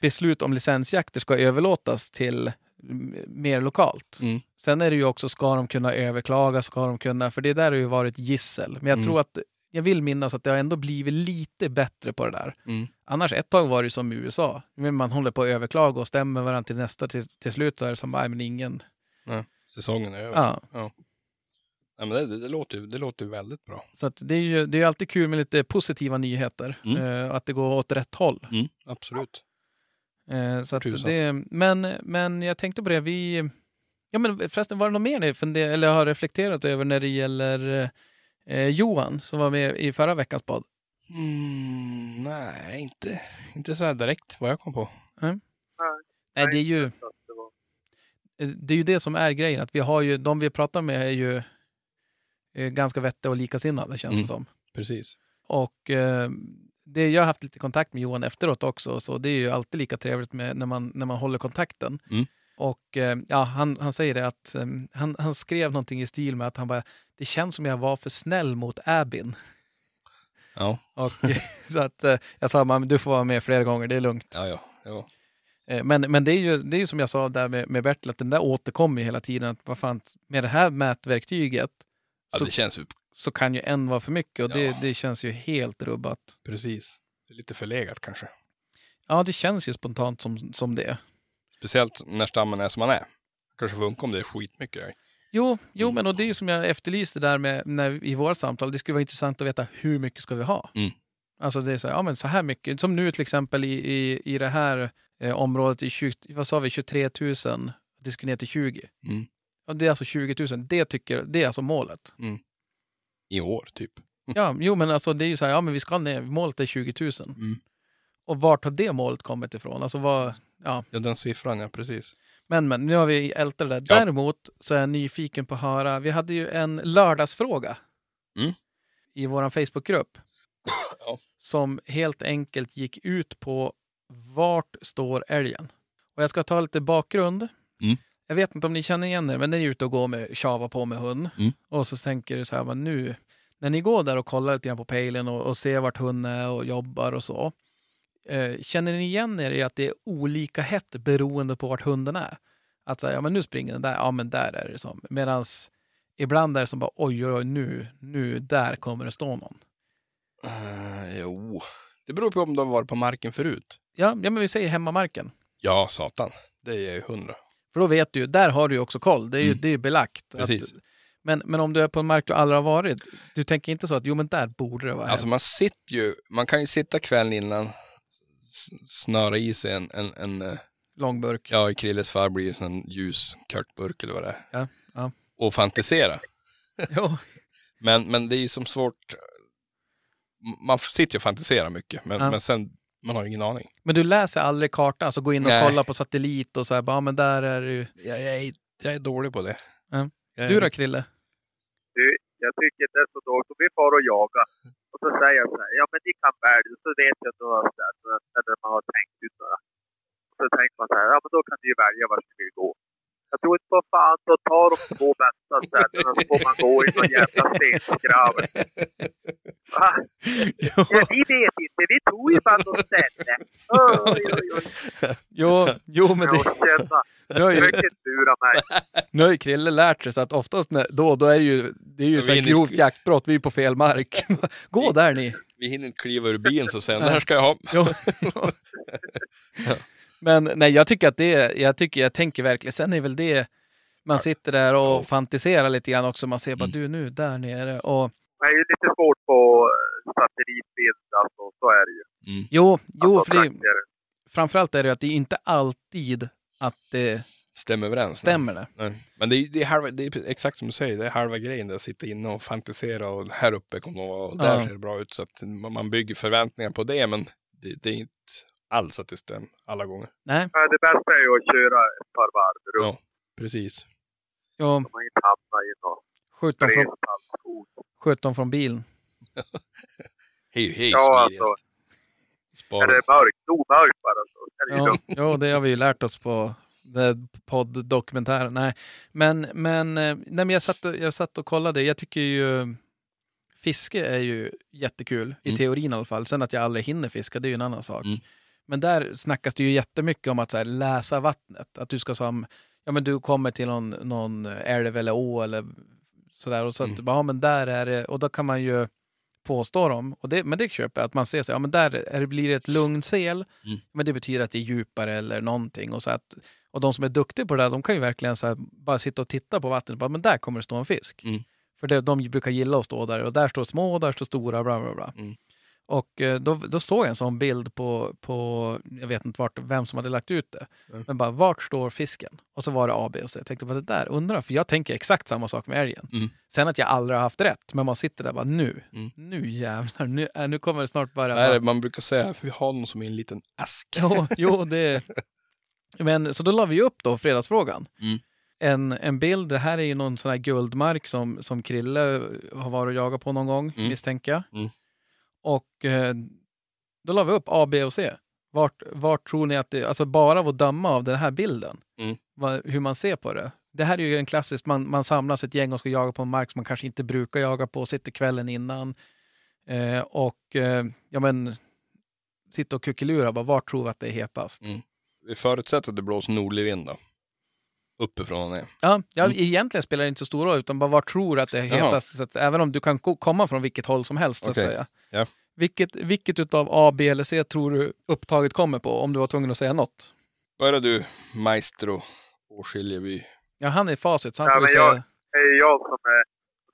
beslut om licensjakter ska överlåtas till mm, mer lokalt.
Mm.
Sen är det ju också, ska de kunna överklaga, ska de kunna, för det där har ju varit gissel. Men jag
Mm.
tror att, jag vill minnas att det har ändå blivit lite bättre på det där.
Mm.
Annars ett tag var det som i USA. Men man håller på att överklaga och stämmer varandra till nästa, till, till slut så är det som, nej men ingen.
Säsongen är över.
Ja.
Nej, men det, det, det, låter, ju- det låter ju väldigt bra.
Så att det är ju det är ju alltid kul med lite positiva nyheter,
Mm.
eh, att det går åt rätt håll.
Absolut.
Eh, så att
Tusan.
det, men, men jag tänkte på det, vi... Ja, men förresten, var det något mer ni funder, eller har reflekterat över när det gäller eh, Johan som var med i förra veckans podd?
Mm, nej, inte, inte så här direkt vad jag kom på.
Nej, det är ju,
Så att det var-
det är ju det som är grejen, att vi har ju, de vi pratar med är ju eh, ganska vettiga och likasinnade känns
Mm.
det som.
Precis.
Och eh, det, jag har haft lite kontakt med Johan efteråt också, så det är ju alltid lika trevligt med, när, man, när man håller kontakten.
Mm.
Och eh, ja, han, han säger det att eh, han, han skrev någonting i stil med att han bara, det känns som jag var för snäll mot Abin.
Ja,
Och, så att eh, jag sa, "Men du får vara med flera gånger, det är lugnt.
ja, ja. ja.
Eh, Men, men det, är ju, det är ju som jag sa där med, med Bertil, att den där återkommer ju hela tiden. Att vad fan, med det här mätverktyget
ja
så,
det känns ju
så kan ju en vara för mycket och det,
Ja.
det känns ju helt rubbat.
precis. Det är Lite förlegat kanske.
Ja, det känns ju spontant som, som det.
Speciellt när stammen är som man är. Kanske funkar om det är skitmycket älg.
Jo, jo
Mm.
men och det är ju som jag efterlyste där med, när, i vårt samtal. Det skulle vara intressant att veta hur mycket ska vi ha?
Mm.
Alltså det är så här, ja men så här mycket. Som nu till exempel i, i, i det här eh, området i 20, vad sa vi, 23 000. Det skulle ner till 20.
Mm.
Och det är alltså 20 000. Det, tycker, det är alltså målet.
I år typ.
Ja, jo men alltså det är ju så här, ja men vi ska ner, målet är 20 000.
Mm.
Och vart har det målet kommit ifrån? Alltså vad,
Ja, den siffran ja, precis.
men men, nu har vi ältat det där.
Ja.
Däremot så är jag nyfiken på att höra, vi hade ju en lördagsfråga
Mm.
i vår Facebookgrupp.
Ja.
som helt enkelt gick ut på vart står älgen? Och jag ska ta lite bakgrund.
Mm.
Jag vet inte om ni känner igen det, men ni är ute och går med tjava på med hund.
Mm.
Och så tänker du så här, men nu, när ni går där och kollar lite grann på pejlen och, och ser vart hunden är och jobbar och så. Eh, känner ni igen er i att det är olika hett beroende på vart hunden är? Att säga, ja men nu springer den där, ja men där är det som. Medan ibland är det som bara oj, oj, oj, nu, nu, där kommer det stå någon.
Eh, jo, det beror på om de var på marken förut.
Ja, ja men vi säger hemmamarken.
Ja, satan. Det är ju hundra.
För då vet du, ju, där har du ju också koll. Det är ju
Mm.
det är ju belagt. Att,
Precis.
men, men om du är på en mark du aldrig har varit, du tänker inte så att jo men där borde det vara
Alltså
hem.
man sitter ju, man kan ju sitta kvällen innan, s- snöra i sig en, en, en eh,
långburk.
ja i Krilles fall blir det en ljus körtburk eller vad det är.
Ja, ja.
Och fantisera.
Jo,
Men, men det är ju som svårt, M- man sitter ju och fantiserar mycket, men,
Ja.
men sen, man har ju ingen aning.
men du läser aldrig kartan, alltså gå in och
Nej.
kolla på satellit och så här, bara, ja men där är det ju.
Jag, jag, är, jag är dålig på det.
Ja.
Jag är-
Du då Krille?
Jag tycker det är så dåligt. Om vi far och jagar och så säger jag så här, ja men ni kan välja det, så vet jag att det var så här, så- eller man har tänkt ut några. Och så tänker man så här, ja men då kan ni ju välja vart ni vill gå. Jag tror inte på fan, då tar de två bästa ställena så får man gå i någon jävla stenskrav. Va? Ah, Ja, vi vet inte, vi tog ju bara något ställe. Oj, oj, oj.
Jo, jo men
Jag
det,
måste känna,
nu har ju,
mycket tur av mig.
nu har ju Krille lärt sig så att oftast när, då, då är det ju, det är ju
Ja,
så
vi
här
är lite-
grovt jaktbrott, vi är på fel mark. Gå där ni.
Vi hinner inte kliva ur bilen så sen, det här ska jag ha.
Jo. Men nej, jag tycker att det är, jag, tycker, jag tänker verkligen, sen är väl det, man sitter där och fantiserar lite grann också, man ser bara
Mm.
du nu, där nere och
Det är ju lite svårt på eh, satellitbild alltså, så är det ju.
jo, jo,
Alltså,
för det,
trakter.
framförallt är det ju att det är inte alltid att det
Stämmer överens. nej.
stämmer. det.
Nej. Men det är, det, är halva, det är exakt som du säger, det är halva grejen, där att sitta inne och fantisera och här uppe kommer det vara och där
Ja.
ser det bra ut. Så att man man bygger förväntningar på det, men det, det är inte alls att det stämmer alla gånger.
Nej,
Ja, det bästa är ju att köra ett par varv runt
Ja, precis.
och
så man inte hamnar i någon
skjut dem från,
glest halvskog.
skjut dem från bilen.
Hej, hej,
Ja, alltså. Är
Spara.
det mörkt? Omörkt bara. Så. Är det liksom-
Ja,
ju lugnt.
jo, det har vi ju lärt oss på den podd-dokumentären. Nej, men, men, eh, nej, men jag, satt och, jag satt och kollade. Jag tycker ju fiske är ju jättekul, i
Mm.
teorin i alla fall. Sen att jag aldrig hinner fiska, det är ju en annan sak.
Mm.
Men där snackas det ju jättemycket om att så här, läsa vattnet. Att du ska som, ja men du kommer till någon, någon älv eller å eller sådär och så att
Mm.
du bara, ja men där är det, och då kan man ju påstå dem, och det, men det köper jag, att man ser så här, ja men där är det, blir det ett lugnsel, men det betyder att det är djupare eller någonting. Och, så att, och de som är duktiga på det där, de kan ju verkligen så här, bara sitta och titta på vattnet och bara, men där kommer det stå en fisk.
Mm.
För det, de brukar gilla att stå där och där står små och där står stora, bla bla bla.
Mm.
Och eh, då, då såg jag en sån bild på, på jag vet inte vart, vem som hade lagt ut det,
Mm.
men bara vart står fisken? Och så var det A, B och C. Jag tänkte, vad det där undrar, för jag tänker exakt samma sak med älgen.
Mm.
Sen att jag aldrig har haft rätt, men man sitter där bara nu,
Mm.
nu jävlar, nu, äh, nu kommer det snart bara...
Nej, man brukar säga, för vi har någon som är en liten ask.
Jo, jo det... Men så då la vi ju upp då fredagsfrågan.
Mm.
En, en bild, det här är ju någon sån här guldmark som, som Krille har varit och jagat på någon gång,
Mm.
misstänker jag.
Mm.
Och eh, då la vi upp A, B och C. Vart, vart tror ni att det, alltså bara av att döma av den här bilden,
Mm.
vad, hur man ser på det. Det här är ju en klassisk, man, man samlas ett gäng och ska jaga på en mark som man kanske inte brukar jaga på, sitter kvällen innan. Eh, och eh, ja men, sitta och kuckelura, bara vart tror vi att det är hetast?
Mm. Vi förutsätter att det blåser nordlig vind då. Uppifrån och ner.
Ja, ja egentligen spelar det inte så stor roll, utan bara var tror du att det är
Mm. Jaha.
hetast? Så att även om du kan ko- komma från vilket håll som helst, så
Okej.
att säga.
Ja.
Vilket, vilket utav A, B eller C tror du upptaget kommer på, om du var tvungen att säga något?
Börjar du, maestro Åskiljeby.
Ja, han är facit, så han
Ja,
får ju
men
säga...
Det är ju jag som är...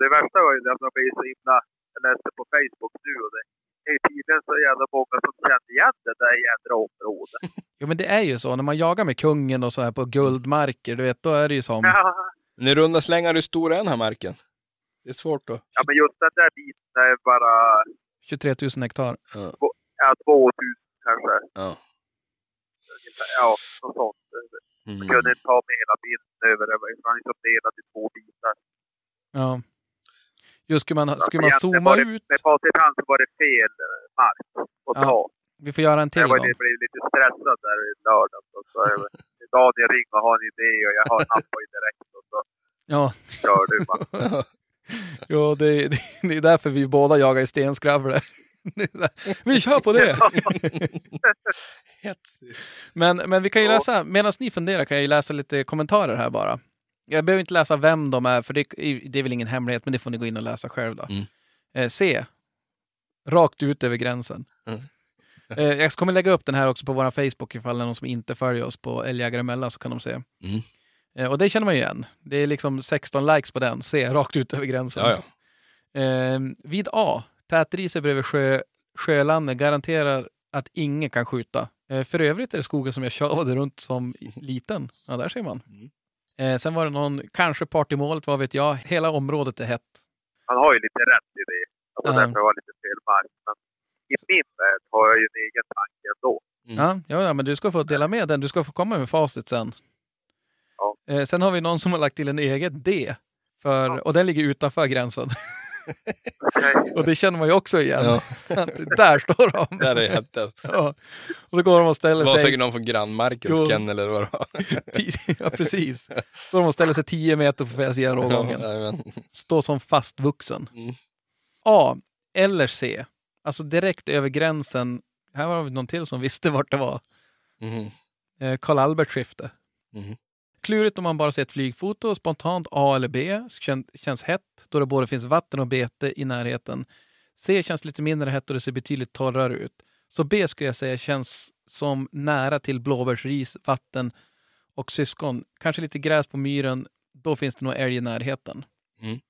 Det värsta var ju det att man blir så himla... Jag läste på Facebook nu och det är ju tydligen så jävla många som känner igen det där jädra området.
Jo, men det är ju så, när man jagar med kungen och så här på guldmarker, du vet, då är det ju
Mm.
som...
Ja,
Men i runda slängar, hur stor är den här marken? Det är svårt att...
ja men just den där biten är bara...
23 000 hektar.
Ja, 2000 kanske.
Ja.
Ungefär. Ja, något sånt.
Mm.
Man kunde inte ta med hela bilden över det. Man liksom delade i två bitar.
Ja. Just skulle man, skulle man
egentligen
zooma
var det,
ut?
Med facit i hand så var det fel eh, mark att
Ja,
ta.
Vi får göra en till
jag var
gång.
ju blev lite stressad där i lördags. Och så är det- Daniel ringde och har en idé och jag har nappat i direkt och så
Ja,
kör du bara.
jo, det, det, det är därför vi båda jagar i stenskravlare. vi kör på det! Men, men vi kan ju
Ja.
läsa, medan ni funderar kan jag ju läsa lite kommentarer här bara. Jag behöver inte läsa vem de är, för det, det är väl ingen hemlighet, men det får ni gå in och läsa själv då.
Mm.
Eh, C. Rakt ut över gränsen.
Mm.
eh, jag kommer lägga upp den här också på vår Facebook ifall det är någon som inte följer oss på Älgjägare Mellan så kan de se.
Mm.
Eh, och det känner man ju igen. Det är liksom 16 likes på den. C. Rakt ut över gränsen.
Ja, ja.
Eh, vid A, tätriset bredvid sjö, Sjölandet garanterar att ingen kan skjuta. Eh, för övrigt är det skogen som jag körde runt som i- liten. Ja, där ser man.
Mm.
Eh, sen var det någon, kanske partymålet, vad vet jag. Hela området är hett.
Han har ju lite rätt i det. Alltså
Ja.
därför var det lite fel mark. Men i min värld har jag ju en egen tanke ändå.
Mm.
Ja, ja, ja, men du ska få dela med den. Du ska få komma med facit sen.
Ja.
Eh, sen har vi någon som har lagt till en eget D. För,
Ja.
Och den ligger utanför gränsen.
Okej.
Och det känner man ju också igen.
ja.
Att Där står de.
Där är hett alltså.
Ja. Och så går de och
Det
ställer
var
sig.
säkert någon från grannmarkens
Jo.
Ken eller vad det var.
Ti- Ja, precis. Då de ställer sig 10 meter på fel sida rågången.
Ja, jajamän.
Stå som fastvuxen.
Mm.
A. Eller C. Alltså direkt över gränsen. Här var det någon till som visste vart det var.
Mhm.
Eh, Karl Albert skifte.
Mhm.
Klurigt om man bara ser ett flygfoto. Spontant A eller B. Kän, känns hett då det både finns vatten och bete i närheten. C känns lite mindre hett och det ser betydligt torrare ut. Så B skulle jag säga känns som nära till blåbärsris, vatten och syskon. Kanske lite gräs på myren. Då finns det nog älg i närheten.
Mm.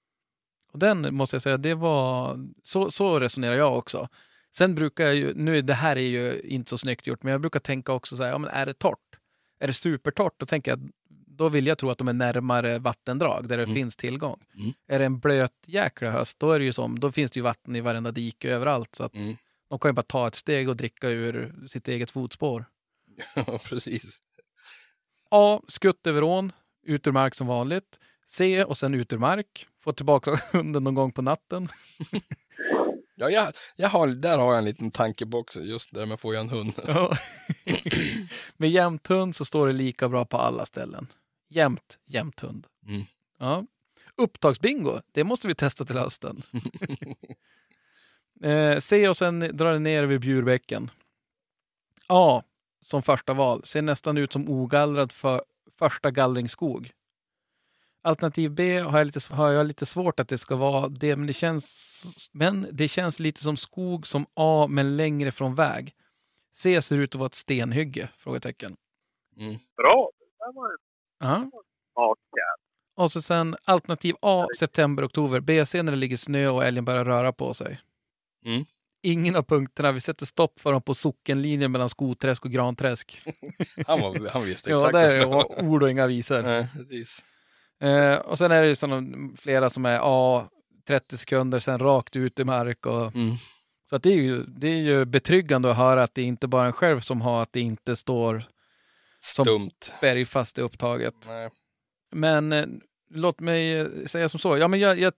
Och den måste jag säga, det var... Så, så resonerar jag också. Sen brukar jag ju, nu är det här är ju inte så snyggt gjort, men jag brukar tänka också så här, ja men är det torrt? Är det supertorrt? Då tänker jag, att- då vill jag tro att de är närmare vattendrag där det
Mm.
finns tillgång.
Mm.
Är det en blöt jäkla höst, då är det ju som, då finns det ju vatten i varenda dike överallt. Så att
Mm.
de kan ju bara ta ett steg och dricka ur sitt eget fotspår.
Ja, precis.
A. Skutt över ån, ut ur mark som vanligt. C. Och sen ut ur mark. Få tillbaka hunden någon gång på natten.
Ja, jag, jag har, där har jag en liten tanke på också, just där med får jag en hund.
Ja. Med jämnt hund så står det lika bra på alla ställen. Jämt, jämnt hund.
Mm.
Ja. Upptagsbingo, det måste vi testa till hösten. eh, se och sen drar det ner vid Bjurbäcken. A, som första val, ser nästan ut som ogallrad för första gallringsskog. Alternativ B har jag, lite, har jag lite svårt att det ska vara det, men det, känns, men det känns lite som skog som A, men längre från väg. C ser ut att vara ett stenhygge? Frågetecken.
Bra! Det där var en
Mm.
Ja.
smart jävel.
Och så sen alternativ A, september, oktober. B, C när det ligger snö och älgen börjar röra på sig.
Mm.
Ingen av punkterna. Vi sätter stopp för dem på sockenlinjen mellan Skoträsk och Granträsk.
Han, var, han visste
Ja,
exakt.
där är
vad det var.
det ord och inga visor.
Nej, precis.
Eh, och sen är det ju sådana, flera som är A, 30 sekunder, sen rakt ut i mark. Och,
Mm.
så att det, är ju, det är ju betryggande att höra att det inte bara är en själv som har att det inte står Som-
Stumt.
bergfast i upptaget.
Nej.
Men eh, låt mig eh, säga som så. Ja, men jag, jag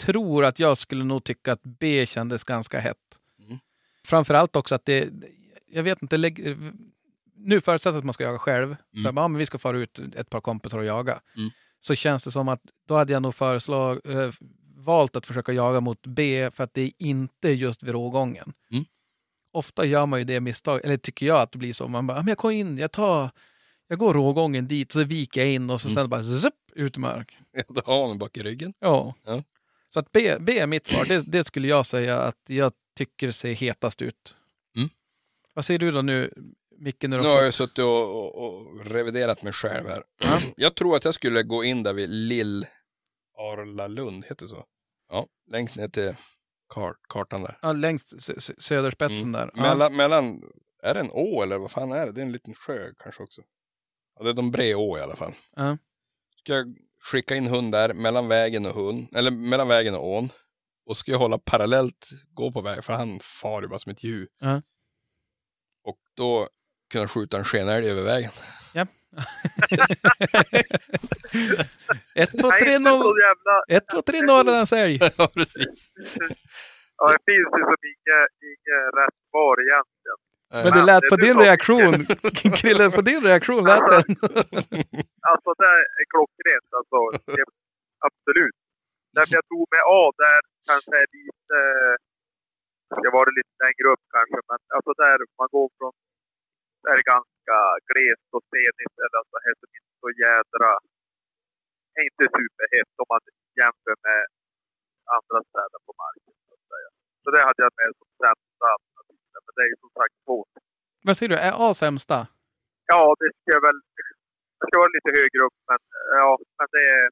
tror att jag skulle nog tycka att B kändes ganska hett.
Mm.
Framförallt också att det... Jag vet inte... Lägg, nu förutsatt att man ska jaga själv. Så här, ja, men vi ska fara ut ett par kompisar och jaga.
Mm.
Så känns det som att då hade jag nog föreslag, eh, valt att försöka jaga mot B för att det är inte just vid rågången.
Mm.
Ofta gör man ju det misstag, eller tycker jag att det blir så. Man bara, "Ja, men jag går in, jag tar... Jag går rågången dit, så viker jag in och så
Mm.
sen bara zup, ut i mark.
Då har han den bak i ryggen.
Ja.
Ja.
Så att B, B är mitt svar. Det, det skulle jag säga att jag tycker ser hetast ut.
Mm.
Vad säger du då nu, Micke? Nu
Nu har jag suttit och, och, och reviderat mig själv här.
Ja.
Jag tror att jag skulle gå in där vid Lill Arlalund, heter det så? Ja, längst ner till kar- kartan där.
ja, längst sö- sö-
Mm.
söderspetsen där. Ja.
Mellan, mellan, är det en å eller vad fan är det? Det är en liten sjö kanske också. Ja, det är de bre å i alla fall.
Ja.
Ska jag skicka in hund där mellan vägen och hund, eller mellan vägen och ån. Och ska jag hålla parallellt, gå på väg, för han far ju bara som ett djur.
Ja.
Och då kunna skjuta en skenälg över vägen.
1, 2,
Nej,
3,
inte
0.
så jävla...
1, 2, 3, Norrlandsälg.
Ja, precis.
Ja, det finns ju som inget, inget rätt svar egentligen.
Men det lät på din reaktion. Krille, på din reaktion lät den.
Alltså det är klockrent alltså. Det, absolut. Därför jag tog med A där kanske är lite... Jag var det lite längre upp kanske, men alltså där man går från... Är det ganska glest och stenigt eller så här som inte så jädra... Är inte superhett om man jämför med andra städer på marken så att säga. Så det hade jag med som sämsta alternativet. Men det är ju som sagt svårt.
Vad säger du? Är A sämsta?
Ja, det ska jag väl... Jag ska vara lite högre upp, men ja, men det är...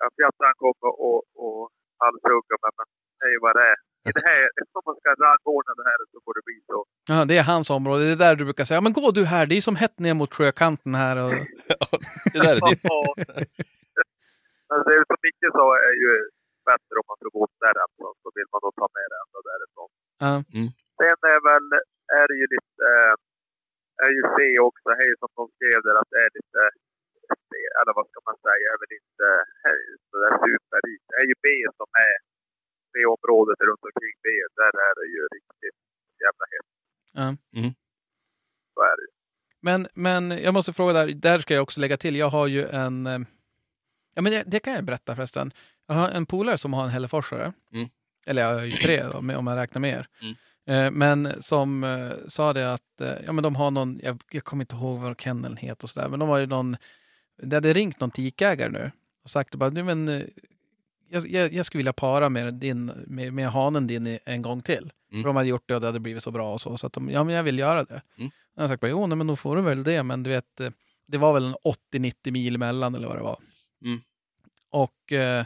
Jag vet att han kommer och, och halshugga mig, men det är ju vad det är. I det här, eftersom man ska rangordna det här så får det bli så.
Ja, det är hans område. Det är där du brukar säga, "Ja, men gå du här, det är ju som hett ner mot sjökanten här. Och...
Det där är ditt.
Ja. men det är som Micke sa är ju bättre om man ska gå upp därifrån, alltså, så vill man då ta med det ända därifrån.
Ja.
Sen är väl, är det ju lite, eh, är ju C också, hej som de skrev där att det är lite, eller vad ska man säga, är väl inte eh, sådär superrikt. Det är ju B som är, B-området runt omkring B, där är det ju riktigt jävla hett.
Ja.
Mm.
Så är det ju.
Men, men jag måste fråga där, där ska jag också lägga till, jag har ju en... eh, Ja, men det, det kan jag berätta förresten. Jag har en polare som har en hälleforsare.
Mm.
Eller jag har ju tre om om man räknar med er.
Mm.
Eh, Men som eh, sa det att, eh, ja men de har någon, jag, jag kommer inte ihåg vad kenneln heter och sådär, men de har ju någon, det hade ringt någon tikägare nu och sagt bara, nu men eh, jag, jag, jag skulle vilja para med, din, med, med hanen din i- en gång till.
Mm.
För de hade gjort det och det hade blivit så bra och så, så att de, ja men jag vill göra det. Jag har sagt bara, jo, nej, men då får du väl det, men du vet, eh, det var väl en 80-90 mil emellan eller vad det var.
Mm.
Och eh,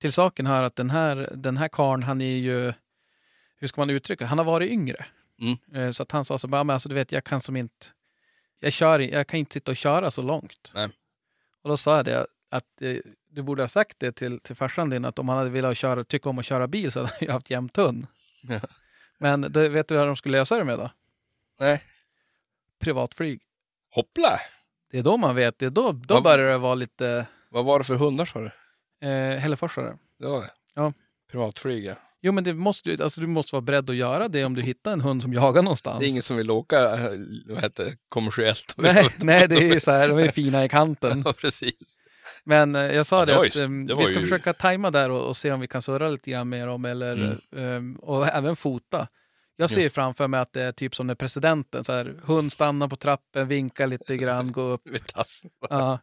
till saken hör att den här, den här karln, han är ju, hur ska man uttrycka det? han har varit yngre.
Mm.
Eh, så att han sa så bara, "Ja, men alltså du vet, jag kan som inte, jag, kör, i- jag kan inte sitta och köra så långt.
Nej.
Och då sa jag det, att eh, du borde ha sagt det till, till farsan din, att om han hade velat köra, tycka om att köra bil så hade han ju haft jämnt tunn.
Ja.
Men det, vet du hur de skulle lösa det med då?
Nej.
Privatflyg.
Hoppla!
Det är då man vet. Det är då, då
Vad-
börjar det vara lite
Vad var det för hundar sa du?
eh, hälleforsare.
Det var det.
Ja.
Privatflyg, ja.
Jo, men det måste, ju- alltså, du måste vara beredd att göra det om du hittar en hund som jagar någonstans.
Det är ingen som vill åka eh, vad heter, det, kommersiellt.
Alltså. nej, nej, det är ju så här, de är fina i kanten.
Ja, precis.
Men eh, jag sa
Ja,
det,
det var ju-
att ehm,
det var
vi ska
ju-
försöka tajma där och, och se om vi kan surra lite grann med dem eller,
Mm.
ehm, och även fota. Jag ser framför mig att det är typ som när presidenten, så här, hund stannar på trappen, vinkar lite grann, gå upp.
Vid tassen.
Ja.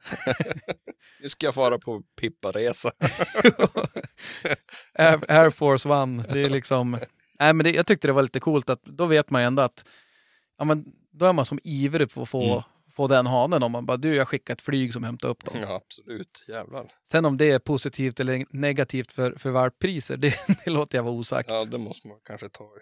Nu ska jag fara på Pipparesa.
Air, Air Force One. Det är liksom... Nej, men det, jag tyckte det var lite coolt att då vet man ju ändå att ja, men, då är man som ivrig på att få,
Mm.
få den hanen om man bara du, jag skickar ett flyg som hämtar upp dem.
Ja, absolut. Jävlar.
Sen om det är positivt eller negativt för, för valppriser, det, det låter jag vara osagt.
Ja, det måste man kanske ta i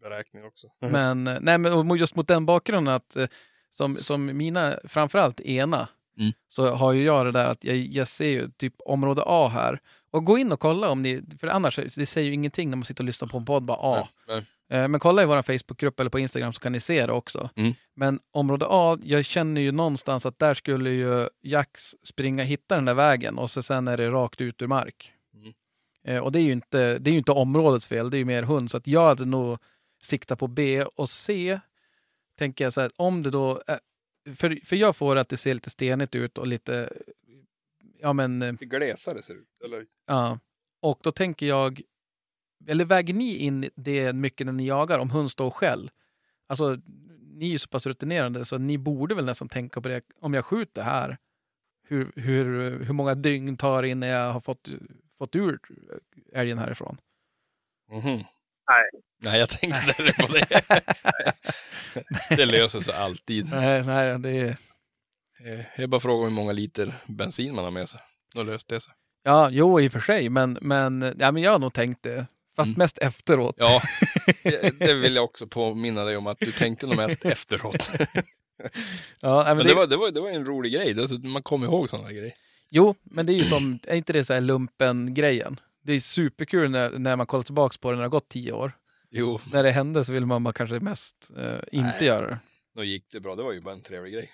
beräkning också.
Men, eh, nej, men och just mot den bakgrunden att eh, som, som mina, framförallt ena,
Mm.
så har ju jag det där att jag, jag ser ju typ område A här. Och gå in och kolla om ni, för annars det säger ju ingenting när man sitter och lyssnar på en podd, bara A.
Nej,
Eh, Men kolla i vår Facebookgrupp eller på Instagram så kan ni se det också.
Mm.
Men område A, jag känner ju någonstans att där skulle ju Jax springa, hitta den där vägen och så sen är det rakt ut ur mark.
Mm.
Eh, Och det är ju inte, det är ju inte områdets fel, det är ju mer hund. Så att jag hade nog siktat på B och C, tänker jag så här, om det då... är- För, för jag får att det ser lite stenigt ut och lite... Ja, men... eh,
Det glesare ser det ut, eller?
Ja. Och då tänker jag, eller väger ni in det mycket när ni jagar om hund står och skäll? Alltså, ni är ju så pass rutinerade så ni borde väl nästan tänka på det, om jag skjuter här, hur, hur, hur många dygn tar det innan jag har fått, fått ur älgen härifrån?
Mhm.
Nej.
Nej, jag tänkte aldrig på det. det löser sig alltid.
Nej, nej, det är...
Eh, Jag bara frågar hur många liter bensin man har med sig. Då löste det sig.
Ja, jo i och för sig, men, men, ja, men jag har nog tänkt det. Fast
Mm.
mest efteråt.
Ja, det- det vill jag också påminna dig om att du tänkte nog mest efteråt.
Ja, nej, men
Men
det,
det var, det var, det var en rolig grej, det, så man kommer ihåg sådana grejer.
Jo, men det är ju som, är inte det så här lumpen-grejen? Det är superkul när, när man kollar tillbaka på det när det har gått tio år.
Jo,
när det hände så ville man bara kanske mest eh, inte
Nej.
göra det.
då gick det bra. Det var ju bara en trevlig grej.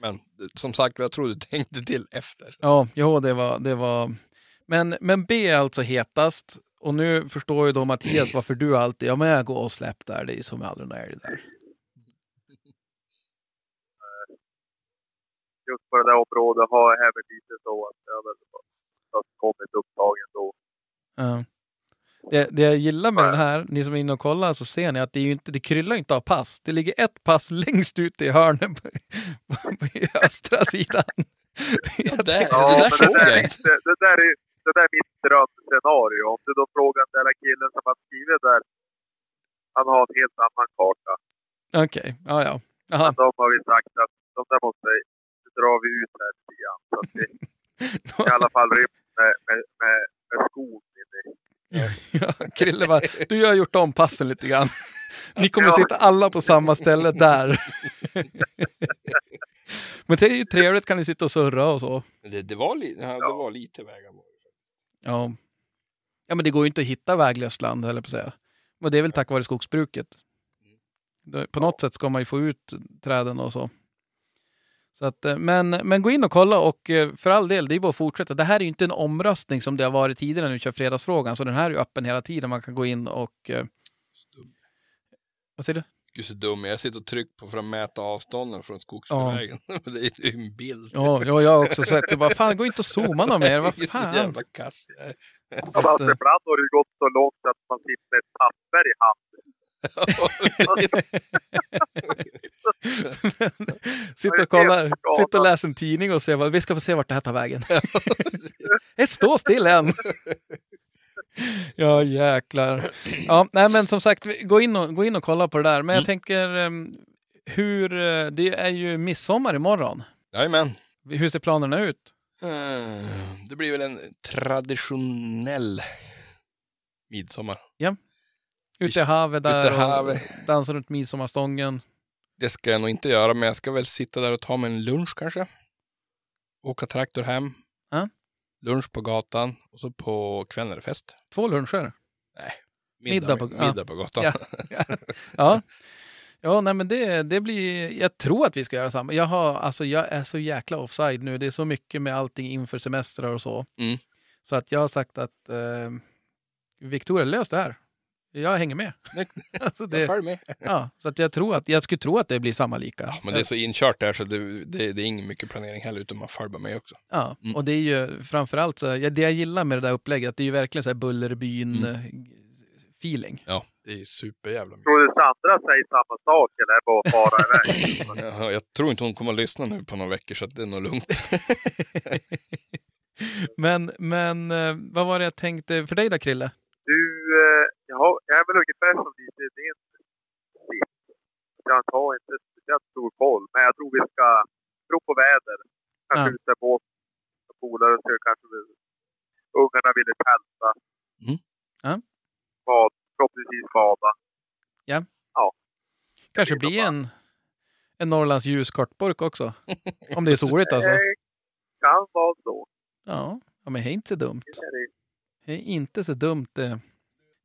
Men eh, som sagt, jag tror du tänkte till efter.
Ja, jo, det var... Det var... Men, men B är alltså hetast. Och nu förstår ju då Mattias varför du alltid, ja men jag går och släpp där, det är som aldrig när det där.
just på det där området har jag även lite så att jag har väl har kommit upptagen då.
Ja. Det, det jag gillar med den här, ni som är inne och kollar, så ser ni att det, är ju inte, det kryllar inte av pass. Det ligger ett pass längst ut i hörnet på, på, på östra sidan. Jag
där.
tänker-
Ja, det där såg
det där,
jag.
är inte, det där är det där är mitt drömscenario. Om du då frågar den där killen som har skrivit där, han har en helt annan karta.
Okej, ja ja. Jaha,
De har vi sagt att de där måste, nu drar vi ut här lite grann. Så att vi i alla fall ryms med, med, med, med skon inne. i.
ja, Krille bara, du jag har gjort om passen lite grann. Ni kommer
Ja.
sitta alla på samma ställe där. Men det är ju trevligt, kan ni sitta och surra och så.
Men Det, det, var, li, ja, det
Ja.
var lite vägar var det faktiskt.
Ja. ja, men det går ju inte att hitta väglöst land, höll jag på att säga. Och det är väl tack vare skogsbruket. Då- På något sätt ska man ju få ut träden och så. så att, eh, men, men gå in och kolla och eh, för all del, det är bara att fortsätta. Det här är ju inte en omröstning som det har varit tidigare när vi kör Fredagsfrågan, så den här är ju öppen hela tiden. Man kan gå in och... eh, Vad säger du?
Gud så dum, jag sitter och trycker på för att mäta avstånden från skogsvägen. det är ju en bild.
Ja, ja, jag har också sett det. Bara, fan, gå inte och zooma någon mer. Vad
Det är så
fan?
jävla kass. jag är.
Så att,
Alltså,
eh,
ibland har det ju gått så långt att man sitter med ett papper i handen.
Sitt och kolla, sitt och läs en tidning och se vad, vi ska få se vart det här tar vägen. Ett stå still än. Ja, jäklar. Ja, nej, men som sagt, vi- gå in och, gå in och kolla på det där. Men jag
Mm.
tänker, em, hur, eh, det är ju midsommar imorgon.
Jajamän.
Hur ser planerna ut?
Eh, Det blir väl en traditionell midsommar.
Ute i havet där
Ute i
och
havet.
dansa runt midsommarstången.
Det ska jag nog inte göra, men jag ska väl sitta där och ta mig en lunch kanske. Åka traktor hem.
Ja.
Lunch på gatan och så på kvällen är det fest.
Två luncher. Middag på- ja.
middag på gatan.
Ja. Ja, ja nej, men det, det blir... Jag tror att vi ska göra samma. Jag, har, alltså, jag är så jäkla offside nu. Det är så mycket med allting inför semestrar och så.
Mm.
Så att jag har sagt att eh, Victoria, lös det här. Jag hänger med. alltså
Jag
det,
följer med.
ja, så att jag, tror att, jag skulle tro att det blir samma lika.
Ja, men det är så inkört där så det, det, det är ingen mycket planering heller, utan man följer bara med också.
Ja,
Mm.
och det är ju framförallt så, ja, det jag gillar med det där upplägget, att det är ju verkligen så här
Mm.
eh, Bullerbyn-feeling.
Ja, det är ju superjävla
Tror
mysigt.
du Sandra säger samma sak eller är det bara att fara iväg?
Ja, Jag tror inte hon kommer att lyssna nu på några veckor, så att det är nog lugnt.
Men, men eh, vad var det jag tänkte för dig då, Krille?
Du, eh, jaha, jag är väl ungefär som lite idén. Jag har inte speciellt stor koll, men jag tror vi ska tro på väder. Kanske
Ja.
ut där båt. Polare ska kanske vi- ungarna ville tälta.
Mm.
Ja.
Bad, förhoppningsvis bada.
Kanske
blir
blir
nog
en, en Norrlands ljus kortburk också. Om det är soligt alltså.
Det kan vara så.
Ja, ja, men det är inte så dumt.
Det är det.
Det är inte så dumt det.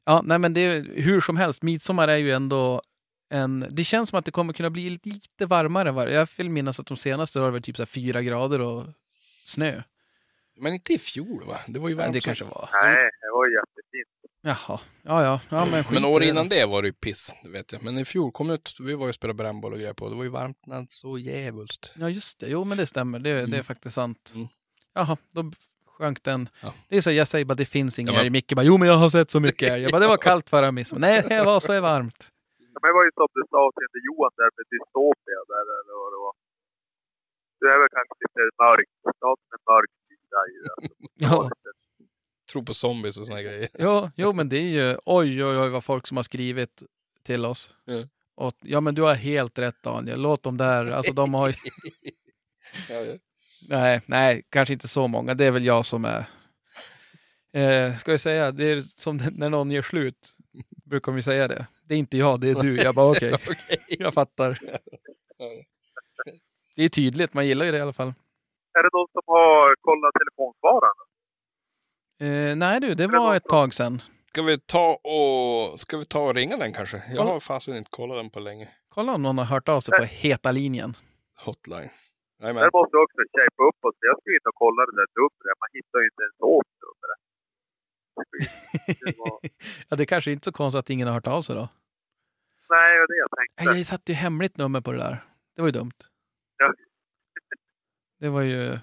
Ja, nej men det är hur som helst. Midsommar är ju ändå en... Det känns som att det kommer kunna bli lite varmare. var- Jag vill minnas att de senaste har det varit typ så här fyra grader och snö.
Men inte i fjol, va? Det var ju
Men
varmt.
det
som-
kanske var...
Nej, det var jättefint.
Jaha. Ja, ja. ja men skit
Men
i
år
det.
innan det var det ju piss, det vet jag. Men i fjol kom det ut, vi var ju och spelade brännboll och grejer på, det var ju varmt när så jävligt.
Ja, just det. Jo, men det stämmer. Det, det är
Typ. Mm.
faktiskt sant.
Mm.
Jaha, då sjönk den.
Ja.
Det är så jag säger bara det finns inga
Ja, men-
älg. Micke bara jo men jag har sett så mycket älg. Jag bara det var kallt förra midsommar. Nej, det var så varmt.
Ja, Men det var ju som du sa till Johan där med dystopia där eller vad det var. Du är väl kanske lite mörk. Du har en mörk sida i det.
Ja,
Tro på zombies och såna här grejer.
jo, jo men det är ju oj oj oj vad folk som har skrivit till oss.
Ja.
Och, ja men du har helt rätt Daniel. Låt dem där. Alltså de har ju... Nej, nej, kanske inte så många. Det är väl jag som är... Eh, ska jag säga, det är som när någon gör slut. Brukar de ju säga det. Det är inte jag, det är du. Jag bara okej. Jag fattar. Det är tydligt, man gillar ju det i alla fall.
Är det någon som har kollat telefonsvararen?
Eh, nej du, det var ett tag sedan.
Ska vi ta och, ska vi ta och ringa den kanske? Jag
Kolla.
har fasen inte kollat den på länge.
Kolla om någon har hört av sig på heta linjen.
Hotline. Jajamän.
Där måste också shapea uppåt. Jag skulle in och kolla det där numret. Man hittar ju inte ens åt numret. Det var...
ja, det är kanske inte så konstigt att ingen har hört av sig då.
Nej, det var det jag tänkte.
Nej, jag satte ju hemligt nummer på det där. Det var ju dumt.
Ja.
Det var ju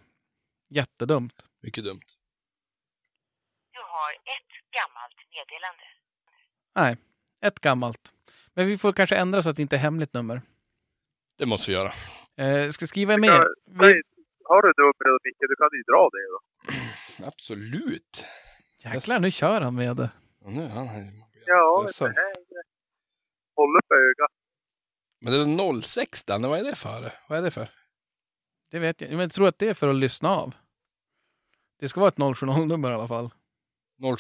jättedumt.
Mycket dumt.
Du har ett gammalt meddelande.
Ett gammalt. Men vi får kanske ändra så att det inte är hemligt nummer.
Det måste vi göra.
Eh, ska skriva med.
Ja, Nej, har du numret, Micke, du kan ju dra det då.
Absolut.
Jäklar, nu kör han med det.
Och nu, han är
Ja, det
stressad.
här är- Håller på ögat.
Men det är 06 Danne, vad är det för? Vad är det för?
Det vet jag. Men jag tror att det är för att lyssna av. Det ska vara ett 070-nummer i alla fall.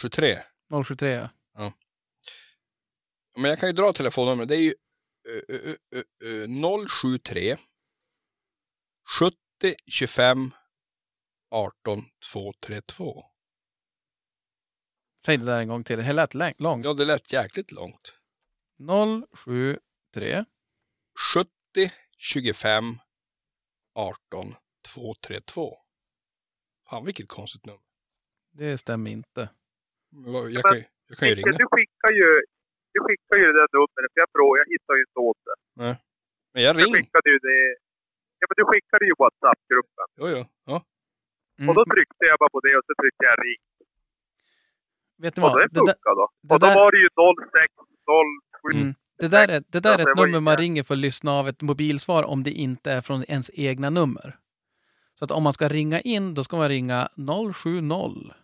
023?
073. ja.
Men jag kan ju dra telefonnumret. Det är ju ö, ö, ö, ö, 073 70 25 18 232.
Säg det där en gång till. Det lät lä- långt.
Ja, det lät jäkligt långt.
073.
70 25 18 232. Fan, vilket konstigt nummer.
Det stämmer inte.
Men vad- Jag kan ju, jag kan ju
Micke,
ringa.
du skickar ju... Du skickar ju det där numret, för jag provar, jag hittar ju inte åt det.
Men jag
Du
ring.
skickade ju det... Ja, men du skickade ju i WhatsApp-gruppen.
Jo, jo. Ja.
Mm.
Och då tryckte jag bara på det och så tryckte jag ring.
Vet ni
Och
vad?
det
Det där,
funkade då.
det
Och då
där-
var det ju 06, 07.
Mm. det där är, det där
Ja,
är
det
ett
var
nummer
ju-
man ringer för att lyssna av ett mobilsvar om det inte är från ens egna nummer. Så att om man ska ringa in, då ska man ringa 070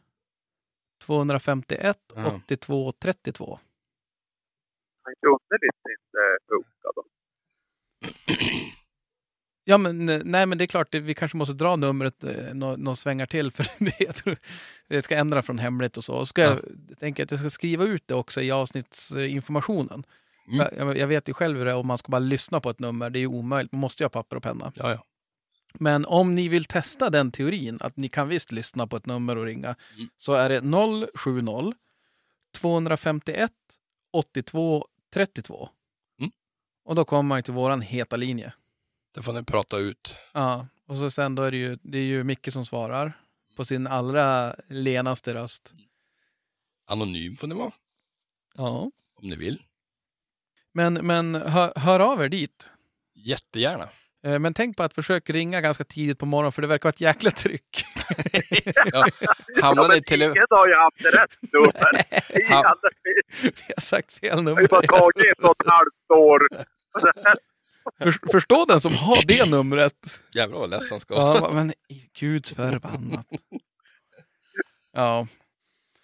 251
Ja.
82 32.
Han kunde lite inte funka då.
Ja, men eh, nej, men det är klart, det, vi kanske måste dra numret eh, nå- några svängar till för det, jag tror jag ska ändra från hemligt och så. Och Ska jag, tänker att jag ska skriva ut det också i avsnittsinformationen.
Mm.
Jag, jag vet ju själv hur det är om man ska bara lyssna på ett nummer, det är ju omöjligt, man måste ju ha papper och penna.
Ja, ja.
Men om ni vill testa den teorin, att ni kan visst lyssna på ett nummer och ringa,
Mm.
så är det 070 251 82 32.
Mm.
Och då kommer man ju till våran heta linje.
Det får ni prata ut.
Ja, och så sen då är det ju, det är ju Micke som svarar på sin allra lenaste röst.
Anonym får ni vara,
Ja.
om ni vill.
Men, men hör, hör av er dit.
Jättegärna.
Eh, Men tänk på att försök ringa ganska tidigt på morgonen för det verkar vara ett jäkla tryck.
Ja,
Hamnar ni
men
i tele...
ingen har ju haft rätt nummer. Ingen.
Han-
Vi har sagt fel
Det har ju
nummer.
bara tagit ett och ett halvt år.
För, förstå den som har det numret.
Jävlar vad ledsen han ska vara.
Ja, men i guds förbannat. Ja.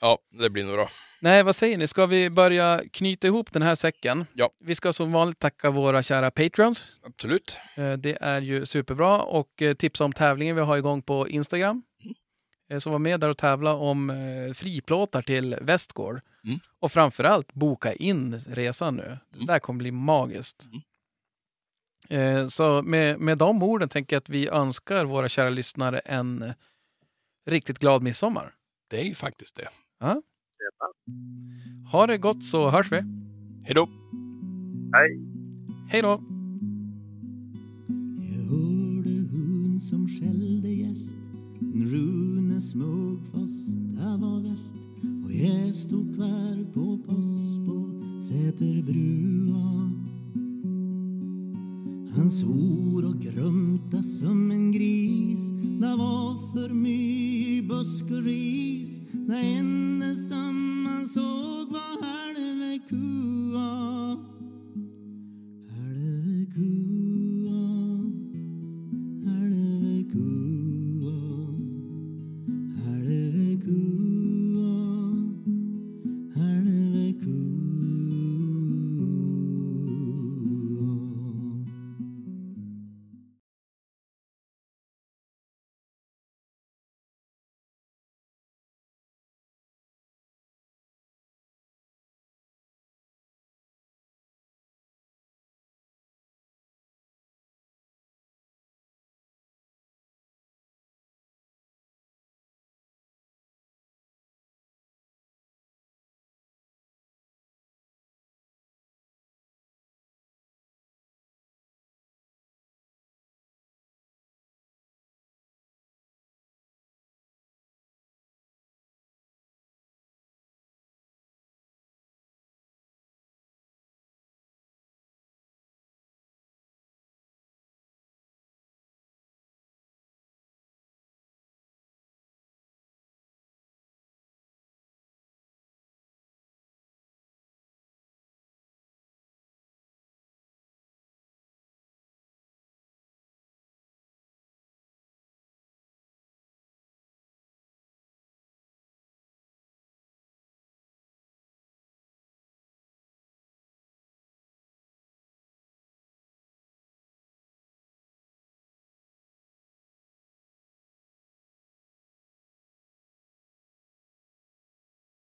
Ja, det blir nog bra.
Nej, vad säger ni? Ska vi börja knyta ihop den här säcken?
Ja.
Vi ska som vanligt tacka våra kära patrons.
Absolut.
Eh, Det är ju superbra och eh, tipsa om tävlingen vi har igång på Instagram. Eh, Så var med där och tävla om eh, friplåtar till Västgård.
Mm.
Och framförallt boka in resan nu. Det där kommer bli magiskt. Eh, Så med, med de orden tänker jag att vi önskar våra kära lyssnare en eh, riktigt glad midsommar.
Det är ju faktiskt det.
Ha det gott så hörs vi.
Hej då!
Nej.
Hej då!
Jag hörde hon som skällde gäst Rune Smugfors, där var väst Och jag stod kvar på post på Säterbrua Han svor och grumta som en gris Det var för mycket busk och ris När en